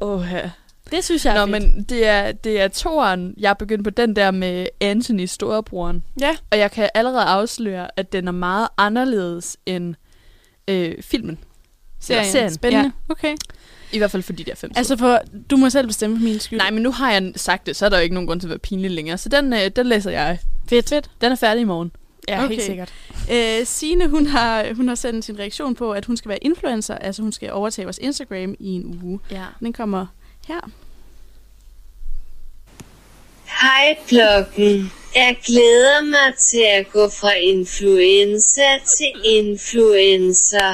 Speaker 4: Åh, ja.
Speaker 3: Det synes jeg er
Speaker 4: Nå,
Speaker 3: fedt.
Speaker 4: men det er, det er toeren. Jeg er begyndt på den der med Anthony storebroren.
Speaker 3: Ja.
Speaker 4: Og jeg kan allerede afsløre, at den er meget anderledes end øh, filmen.
Speaker 2: Serien.
Speaker 4: Serien.
Speaker 2: Spændende. Ja. Okay.
Speaker 4: Altså- I hvert fald for de der fem
Speaker 2: Altså, for, du må selv bestemme for min skyld.
Speaker 4: Nej, men nu har jeg sagt det, så er der jo ikke nogen grund til at være pinlig længere. Så den, øh, den læser jeg.
Speaker 2: Fedt. Fedt.
Speaker 4: Den er færdig i morgen.
Speaker 3: Ja, helt sikkert.
Speaker 2: Øh, Signe, hun har, hun har sendt sin reaktion på, at hun skal være influencer, altså hun skal overtage vores Instagram i en uge.
Speaker 4: Ja.
Speaker 2: Den kommer her.
Speaker 5: Hej blokken. Jeg glæder mig til at gå fra influenza til influencer.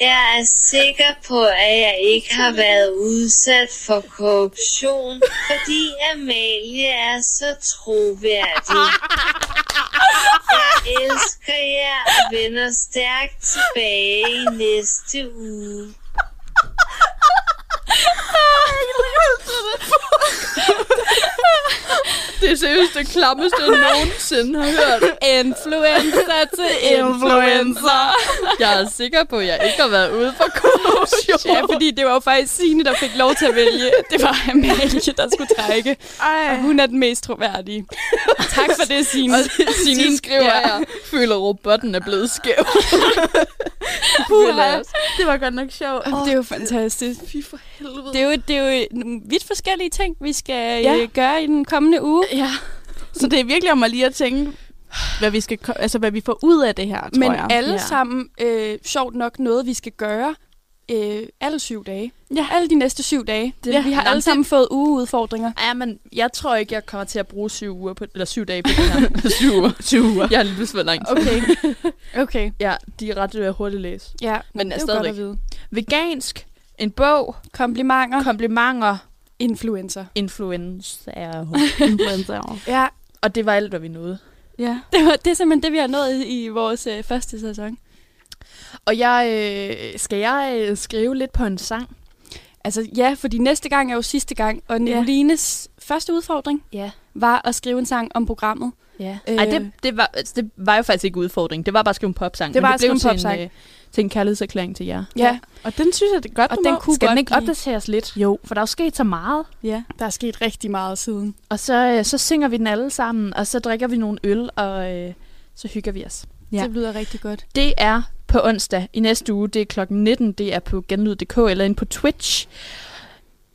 Speaker 5: Jeg er sikker på, at jeg ikke har været udsat for korruption, fordi Amalie er så troværdig. Jeg elsker jer og vender stærkt tilbage i næste uge.
Speaker 3: Det er seriøst det klammeste, jeg nogensinde har hørt. Influenza til influenza. Jeg er sikker på, at jeg ikke har været ude for korruption. Ja, fordi det var jo faktisk Signe, der fik lov til at vælge. Det var Amalie, der skulle trække. Ej. Og hun er den mest troværdige. Tak for det, Signe.
Speaker 4: Og
Speaker 3: Signe skriver,
Speaker 4: ja.
Speaker 3: ja. jeg føler, at robotten er blevet skæv.
Speaker 2: Hurra. Det var godt nok sjovt.
Speaker 3: Jamen, det er jo fantastisk. Fy for helvede. Det er jo, det er jo nogle vidt forskellige ting, vi skal
Speaker 2: Ja.
Speaker 3: ja. gøre i den kommende uge.
Speaker 4: Ja.
Speaker 2: Så det er virkelig om at lige at tænke, hvad vi, skal, ko- altså, hvad vi får ud af det her, tror
Speaker 3: Men
Speaker 2: jeg.
Speaker 3: alle
Speaker 2: Ja.
Speaker 3: ja. sammen, øh, sjovt nok, noget vi skal gøre øh, alle syv dage.
Speaker 2: Ja.
Speaker 3: Alle de næste syv dage. Det,
Speaker 4: Ja.
Speaker 3: ja. Vi har
Speaker 4: Nå, men
Speaker 3: alle
Speaker 4: det-
Speaker 3: sammen fået ugeudfordringer.
Speaker 4: Ja, men jeg tror ikke, jeg kommer til at bruge syv uger på, eller syv dage på det her. syv uger. syv uger. Jeg har lige pludselig været langt.
Speaker 3: Okay. okay.
Speaker 4: Ja, de er ret øh, hurtigt læse.
Speaker 3: Ja,
Speaker 4: Men er
Speaker 3: det er jo godt
Speaker 4: stadigvæk.
Speaker 3: at vide.
Speaker 4: Vegansk, en bog,
Speaker 3: Komplimenter.
Speaker 4: komplimenter,
Speaker 3: Influencer.
Speaker 4: influencer.
Speaker 2: Influencer.
Speaker 3: Ja,
Speaker 4: Og det var alt, hvad vi nåede.
Speaker 2: ja.
Speaker 3: det, var, det er simpelthen det, vi har nået i vores øh, første sæson.
Speaker 4: Og jeg, øh, skal jeg øh, skrive lidt på en sang?
Speaker 3: Altså ja, fordi næste gang er jo sidste gang, og Nicolines første udfordring
Speaker 4: Ja.
Speaker 3: var at skrive en sang om programmet.
Speaker 4: Ja. Ej, det, det, var, altså, det var jo faktisk ikke udfordring. Det var bare at skrive en popsang.
Speaker 3: Det
Speaker 4: Men
Speaker 3: var at
Speaker 4: det blev
Speaker 3: skrive en
Speaker 4: til
Speaker 3: popsang.
Speaker 4: øh, til en kærlighedserklæring til jer.
Speaker 3: Ja,
Speaker 2: Og den synes jeg, det er godt,
Speaker 3: og
Speaker 2: du
Speaker 3: den
Speaker 2: må.
Speaker 3: kunne
Speaker 4: Skal
Speaker 3: godt
Speaker 4: den ikke
Speaker 3: blive-
Speaker 4: opdateres lidt?
Speaker 2: Jo.
Speaker 4: For der er jo sket så meget.
Speaker 2: Ja.
Speaker 3: Der er sket rigtig meget siden.
Speaker 4: Og så, øh, så synger vi den alle sammen, og så drikker vi nogle øl, og øh, så hygger vi os.
Speaker 2: Ja.
Speaker 3: Ja. Det lyder rigtig godt.
Speaker 4: Det er på onsdag i næste uge. Det er klokken 19. Det er på genlyd.dk eller ind på Twitch.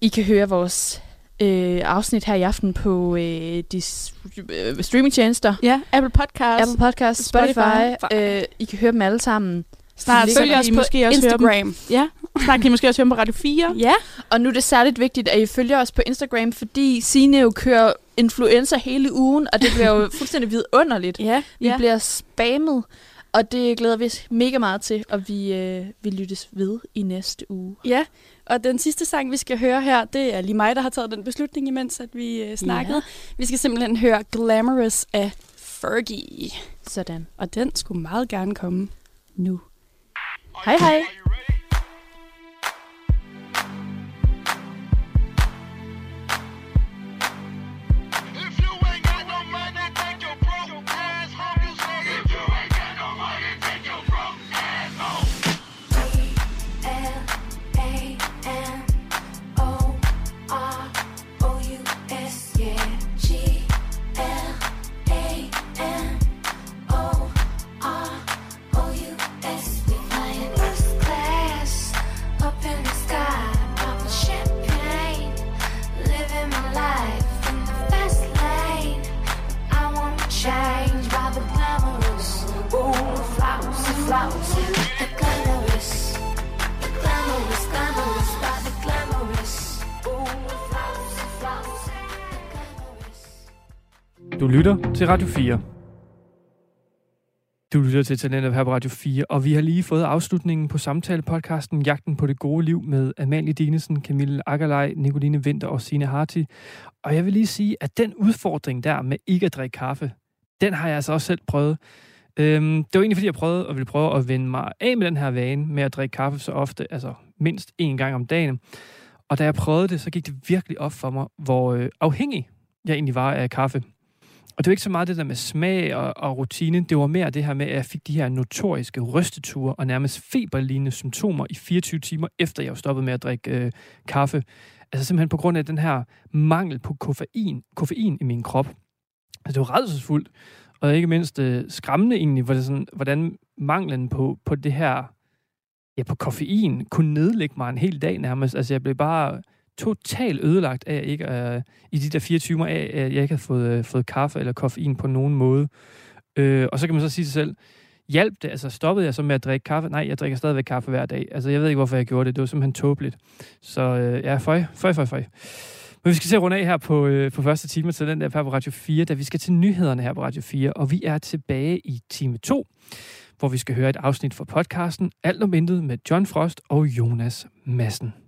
Speaker 4: I kan høre vores øh, afsnit her i aften på øh, de s- øh, streamingtjenester.
Speaker 2: Ja, Apple Podcast.
Speaker 4: Apple Podcast,
Speaker 2: Spotify.
Speaker 4: Spotify. Øh, I kan høre dem alle sammen.
Speaker 2: Snart
Speaker 4: ligger
Speaker 2: følger
Speaker 4: der
Speaker 2: os
Speaker 4: i
Speaker 2: på
Speaker 4: måske
Speaker 2: også høre dem.
Speaker 3: Instagram.
Speaker 2: Ja, snart kan I måske også høre dem på Radio 4.
Speaker 3: Ja.
Speaker 4: Og nu er det særligt vigtigt, at I følger os på Instagram, fordi Signe jo kører influencer hele ugen, og det bliver jo fuldstændig vidunderligt.
Speaker 3: Ja.
Speaker 4: Vi
Speaker 2: Ja.
Speaker 4: bliver spammet, og det glæder vi os mega meget til, og vi, øh, vi lyttes ved i næste uge.
Speaker 3: Ja, og den sidste sang, vi skal høre her, det er lige mig, der har taget den beslutning imens, at vi øh, snakkede. Vi skal simpelthen høre Glamorous af Fergie.
Speaker 4: Sådan.
Speaker 3: Og den skulle meget gerne komme nu.
Speaker 4: Hej hej!
Speaker 11: If you ain't got no money, take your broke ass home, you say. If you ain't got no money, take your broke ass home.
Speaker 12: Change by the glamorous, ooh, flowers, flowers, the glamorous. Glamorous, glamorous, by the glamorous. Ooh, flowers, flowers, the glamorous.
Speaker 1: Du lytter til Radio 4. Du lytter til Talentet her på Radio 4, og vi har lige fået afslutningen på samtalepodcasten Jagten på det gode liv med Amalie Dinesen, Camille Akkerlej, Nicoline Vinter og Sine Harti. Og jeg vil lige sige, at den udfordring der med ikke at drikke kaffe, den har jeg altså også selv prøvet. Øhm, det var egentlig, fordi jeg prøvede og ville prøve at vende mig af med den her vane med at drikke kaffe så ofte, altså mindst én gang om dagen. Og da jeg prøvede det, så gik det virkelig op for mig, hvor øh, afhængig jeg egentlig var af kaffe. Og det var ikke så meget det der med smag og, og rutine, det var mere det her med, at jeg fik de her notoriske rysteture og nærmest feberlignende symptomer i 24 timer, efter jeg stoppede med at drikke øh, kaffe. Altså simpelthen på grund af den her mangel på koffein, koffein i min krop. Altså det var redselsfuldt, og ikke mindst øh, skræmmende egentlig, hvor det sådan, hvordan manglen på, på det her, ja på koffein, kunne nedlægge mig en hel dag nærmest. Altså jeg blev bare totalt ødelagt af ikke øh, i de der fire timer af, at jeg ikke havde fået, øh, fået kaffe eller koffein på nogen måde. Øh, og så kan man så sige sig selv, hjalp det? Altså stoppede jeg så med at drikke kaffe? Nej, jeg drikker stadigvæk kaffe hver dag. Altså jeg ved ikke, hvorfor jeg gjorde det. Det var simpelthen tåbeligt. Så øh, ja, føj, føj, føj, føj. Men vi skal til at runde af her på, øh, på første time til den der her på Radio 4, da vi skal til nyhederne her på Radio 4. Og vi er tilbage i time 2, hvor vi skal høre et afsnit fra podcasten Alt om intet med John Frost og Jonas Madsen.